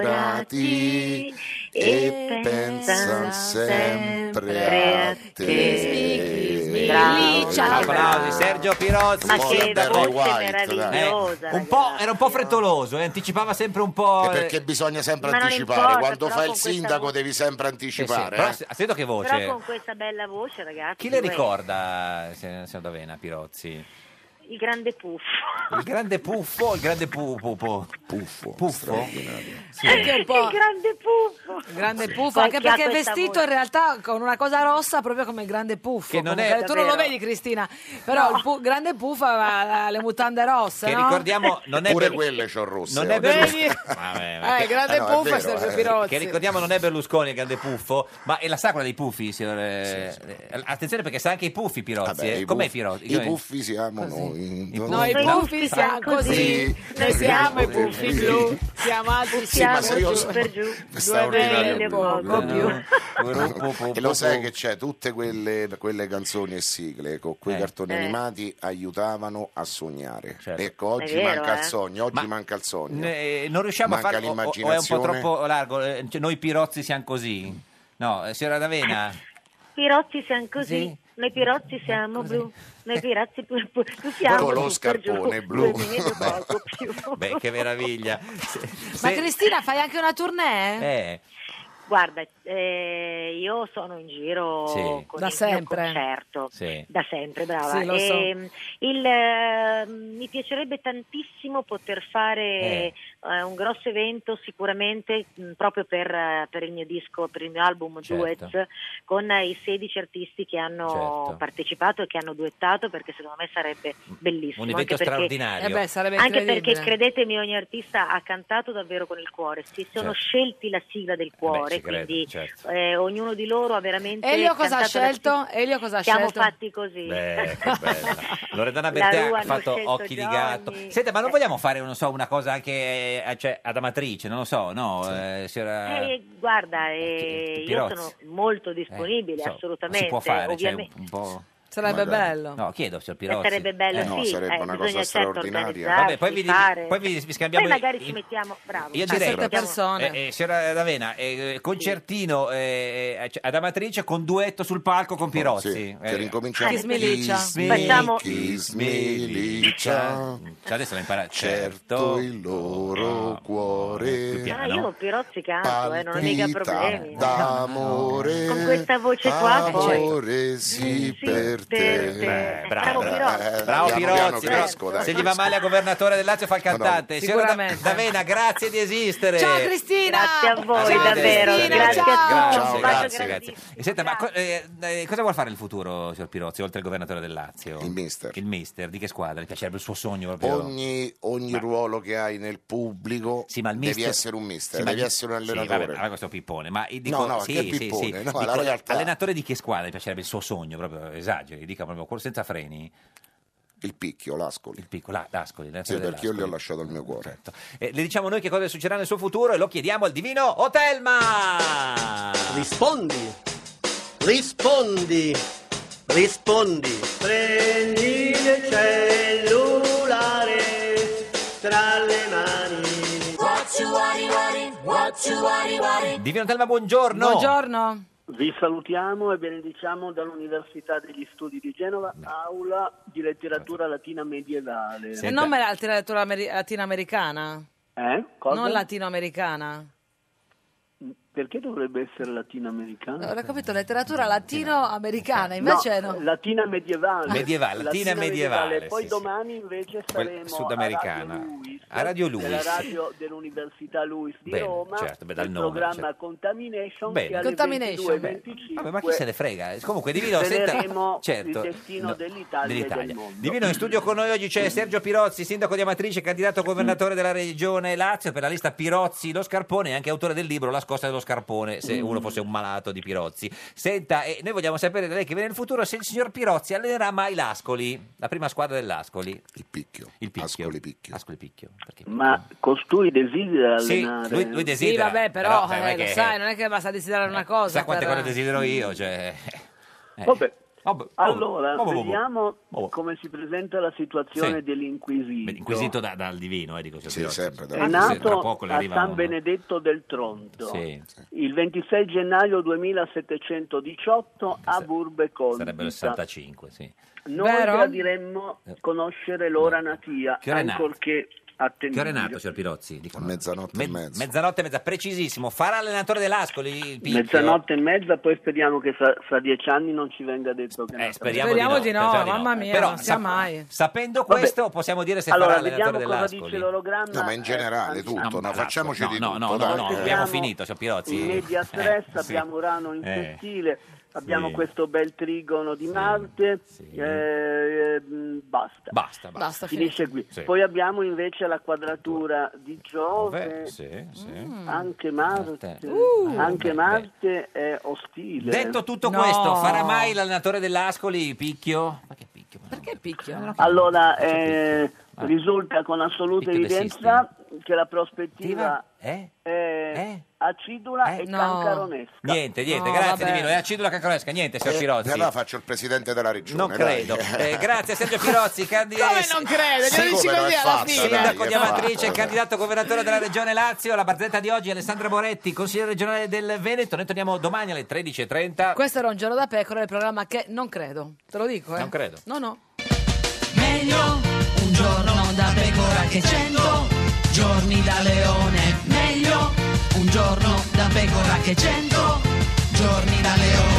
innamorati e pensan sempre a te. Applausi, Sergio Pirozzi. Ma che Dai. voce meravigliosa, Eh, un po', era un po' frettoloso, eh, anticipava sempre un po'. eh. E perché bisogna sempre Ma non anticipare, importa, quando però fai il con questa sindaco voce- devi sempre anticipare, però eh. s- ha sentito che voce? Però con questa bella voce, ragazzi. Chi le due- ricorda, signor signor D'Avena, Pirozzi? Il grande puff. Il grande puffo, il grande pupupo. Puffo. Puffo? Sì. Anche un po'. Il grande puffo. Il grande Sì. puffo, Poi anche chi ha perché è questa vestito voce? in realtà con una cosa rossa proprio come il grande puffo. Che non è- comunque. Tu non lo Davvero. vedi Cristina, però il pu- grande puffo ha ha le mutande rosse. Che no? ricordiamo, non è Pure Berlu- quelle c'ho rosse. Non è oggi. Berlusconi. Vedi? Vabbè, Eh, grande no, puffo è vero, Sergio eh. Pirozzi. Che ricordiamo non è Berlusconi il grande puffo, ma è la sacra dei puffi. signor, eh, eh, Attenzione perché sa anche i puffi Pirozzi. Vabbè, eh. i Com'è puffi- Pirozzi? I puffi siamo noi. Noi puffi siamo così, noi siamo i puffi blu, siamo alti, Sì, siamo ma se io giù so- per giù, due straordinario mele poco proprio. più. e lo sai che c'è tutte quelle, quelle canzoni e sigle con quei Eh. cartoni Eh. animati aiutavano a sognare ecco oggi È vero, manca il eh. sogno oggi manca il sogno Certo. Ne- eh, non riusciamo Manca a farlo, o- o, è un po' l'immaginazione. troppo largo. eh, cioè, noi Pirozzi siamo così. No, eh, signora D'Avena, Pirozzi siamo così. Sì. Noi pirozzi siamo blu, noi pirozzi pu- pu- tu siamo Con lo giù per giù, scarpone blu. due mele poco più. beh, che meraviglia. Se- Ma se- Cristina, fai anche una tournée? eh, Guarda, eh, io sono in giro Sì. Oh, con Da il sempre. mio concerto. sì. Da sempre, brava. Sì, lo so. Ehm, il, eh, mi piacerebbe tantissimo poter fare eh, un grosso evento sicuramente mh, proprio per, eh, per il mio disco, per il mio album Certo. Duets, con eh, i 16 artisti che hanno Certo. partecipato e che hanno duettato, perché secondo me sarebbe bellissimo. Un evento anche perché- straordinario. Eh beh, sarebbe anche incredibile. perché credetemi, ogni artista ha cantato davvero con il cuore, si sono Certo. Eh scelti la sigla del cuore, ci credo, quindi certo. eh, ognuno di loro ha veramente... Elio cosa cantato ha la scelto? Elio cosa ha siamo scelto? fatti così. Beh, che bella. Loredana La Bertè Rua ha hanno fatto scelto occhi di Johnny. gatto. Senta, ma non vogliamo fare non so, una cosa anche eh, cioè, ad amatrice, non lo so, no? Eh, signora... Eh, guarda, eh, io Pirozzi. Eh, sono molto disponibile, so, assolutamente. Si può fare, cioè, un, Ovviamente- un po'... Sarebbe Magari. bello. No, chiedo, signor Eh, Pirozzi. sarebbe bello, Eh, no, sì, sarebbe eh, una bisogna cosa certo straordinaria. organizzarsi, Vabbè, poi vi, fare. poi vi- vi scambiamo... Poi magari i- ci mettiamo, bravo, Io ci direi, mettiamo- Eh, eh, signora D'Avena, eh, eh, concertino eh, eh, ad amatrice con duetto sul palco Oh, con Pirozzi. Eh, Ah, che ricominciamo Kiss me, Licia. Kiss me, Facciamo- kiss me, Licia. Cioè, adesso l'ha imparato. certo il loro cuore Ah, io Pirozzi canto, eh, non ho mica problemi. d'amore Con questa voce Ah, qua, Ah, certo. amore sì per te Beh, bravo Pirozzi Eh, Bravo Pirozzi, però cresco, dai. se gli va male a governatore del Lazio fa il cantante. Madonna. Signora Da- Sicuramente. D'Avena, grazie di esistere. Ciao Cristina! Grazie a voi, Ciao, davvero, Cristina, grazie a ciao. tutti. Grazie, Un bacio grazie, grandissimo. grazie. E senta, ma co- eh, eh, cosa vuol fare il futuro, signor Pirozzi, oltre al governatore del Lazio? Il mister. Il mister, di che squadra? Le piacerebbe il suo sogno proprio? ogni, ogni ruolo che hai nel pubblico ma il devi mister- essere un mister Sì, ma- devi essere un sì, allenatore vabbè, ma questo pippone, ma eh, dico, No, no, sì, che sì, sì. pippone, no, la Dico, realtà- allenatore di che squadra le piacerebbe il suo sogno, proprio esageri, dica proprio cuore senza freni. Il picchio, l'ascoli. Il picco, la- l'ascoli, Sì, l'allenatore perché io dell'Ascoli. gli ho lasciato il mio cuore Eh, le diciamo noi che cosa succederà nel suo futuro e lo chiediamo al divino Otelma. Rispondi, rispondi, rispondi. Prendi il cellulare tra le mani. Divino Otelma, buongiorno. Buongiorno. Vi salutiamo e benediciamo dall'Università degli Studi di Genova, aula di letteratura latina medievale. E non me la letteratura ameri- latinoamericana? Eh? Cosa? Non latinoamericana? Perché dovrebbe essere latinoamericana? Allora, ho capito, letteratura latino-americana, invece no. Latina medievale. Medievale, latina medievale, Poi sì, sì. domani invece Quel- saremo sudamericana. a Radio Luis, A Radio Luis. nella radio dell'Università Luis di Bene, Roma, certo, beh, dal il nome, programma certo. Contamination Bene. che alle Contamination, 22.25 Vabbè, ma chi se ne frega? Comunque, Divino, senta- Sveleremo certo, il destino no, dell'Italia e del mondo. Divino, in studio con noi oggi c'è Sergio Pirozzi, sindaco di Amatrice, candidato a governatore della regione Lazio per la lista Pirozzi lo Scarpone e anche autore del libro La scossa dello Scarpone, se Mm. uno fosse un malato di Pirozzi. Senta, e noi vogliamo sapere da lei che viene nel futuro se il signor Pirozzi allenerà mai l'Ascoli, la prima squadra dell'Ascoli. Il picchio. Il picchio. Ascoli picchio. Ascoli picchio. Perché? Ma costui desidera Sì, allenare. lui- lui Sì, desidera. vabbè, però, Però, eh, non è eh, lo che- sai, non è che basta desiderare una cosa. Sa quante per- eh. cose desidero io, cioè... eh. Vabbè. Vabbè, Allora, vabbè, vabbè. vediamo Oh. come si presenta la situazione Sì. dell'inquisito. Beh, Inquisito da- dal divino, eh, dico signor Sì, Pirozzi. sempre È Sì, tra nato poco le a arriva San uno. Benedetto del Tronto Sì. il 26 gennaio 2718 a Burbe Sarebbero il Conta. 65, sì. Noi Vero? gradiremmo conoscere l'ora natia, Eh. Che ora è nato? ancorché attendibile. Che ora è nato, signor Pirozzi? mezzanotte e mezza. Mezzanotte e mezza, precisissimo. Farà allenatore dell'Ascoli il Pinchio? Mezzanotte e mezza, poi speriamo che fra, fra dieci anni non ci venga detto che è nato. Eh, Speriamo, di no, no, speriamo di mamma mia, Però, non sia sap- mai. Sapendo Vabbè. questo, possiamo dire se Allora, farà allenatore vediamo cosa dell'Ascoli. dice l'orogramma. No, ma in generale Eh, tutto, no, facciamoci no, di no, tutto. no, dai, no, eh. abbiamo finito, signor Pirozzi. in media stress, abbiamo Urano in Eh, sestile, abbiamo sì. questo bel trigono di Marte, eh, mm, basta. Basta, basta. Finisce qui. Sì. Poi abbiamo invece la quadratura di Giove, Beh, sì, sì. anche Marte, Mm. Uh, anche beh, Marte è ostile. Detto tutto questo, farà mai l'allenatore dell'Ascoli Picchio? Ma che Picchio? Perché Picchio? Allora, eh, risulta con assoluta Picchio evidenza che la prospettiva Eh? è acidula e cancaronessa. Niente, niente, No, grazie vabbè. Divino. E acido la cacaresca, niente, signor Pirozzi. E Eh, allora faccio il presidente della regione. Non dai. credo. Eh, grazie Sergio Pirozzi, candidato. Come non crede? Glielo dici Come non così è alla fatta, fine. dai, Sindaco è di fatta, Amatrice, dai. candidato governatore della Regione Lazio. La barzelletta di oggi, Alessandra Moretti, consigliere regionale del Veneto. Noi torniamo domani alle 13.30. Questo era un giorno da pecora, il programma che non credo, te lo dico, eh. Non credo. No, no. Meglio un giorno da pecora che cento giorni da leone. Meglio un giorno da pecora che cento giorni da leone.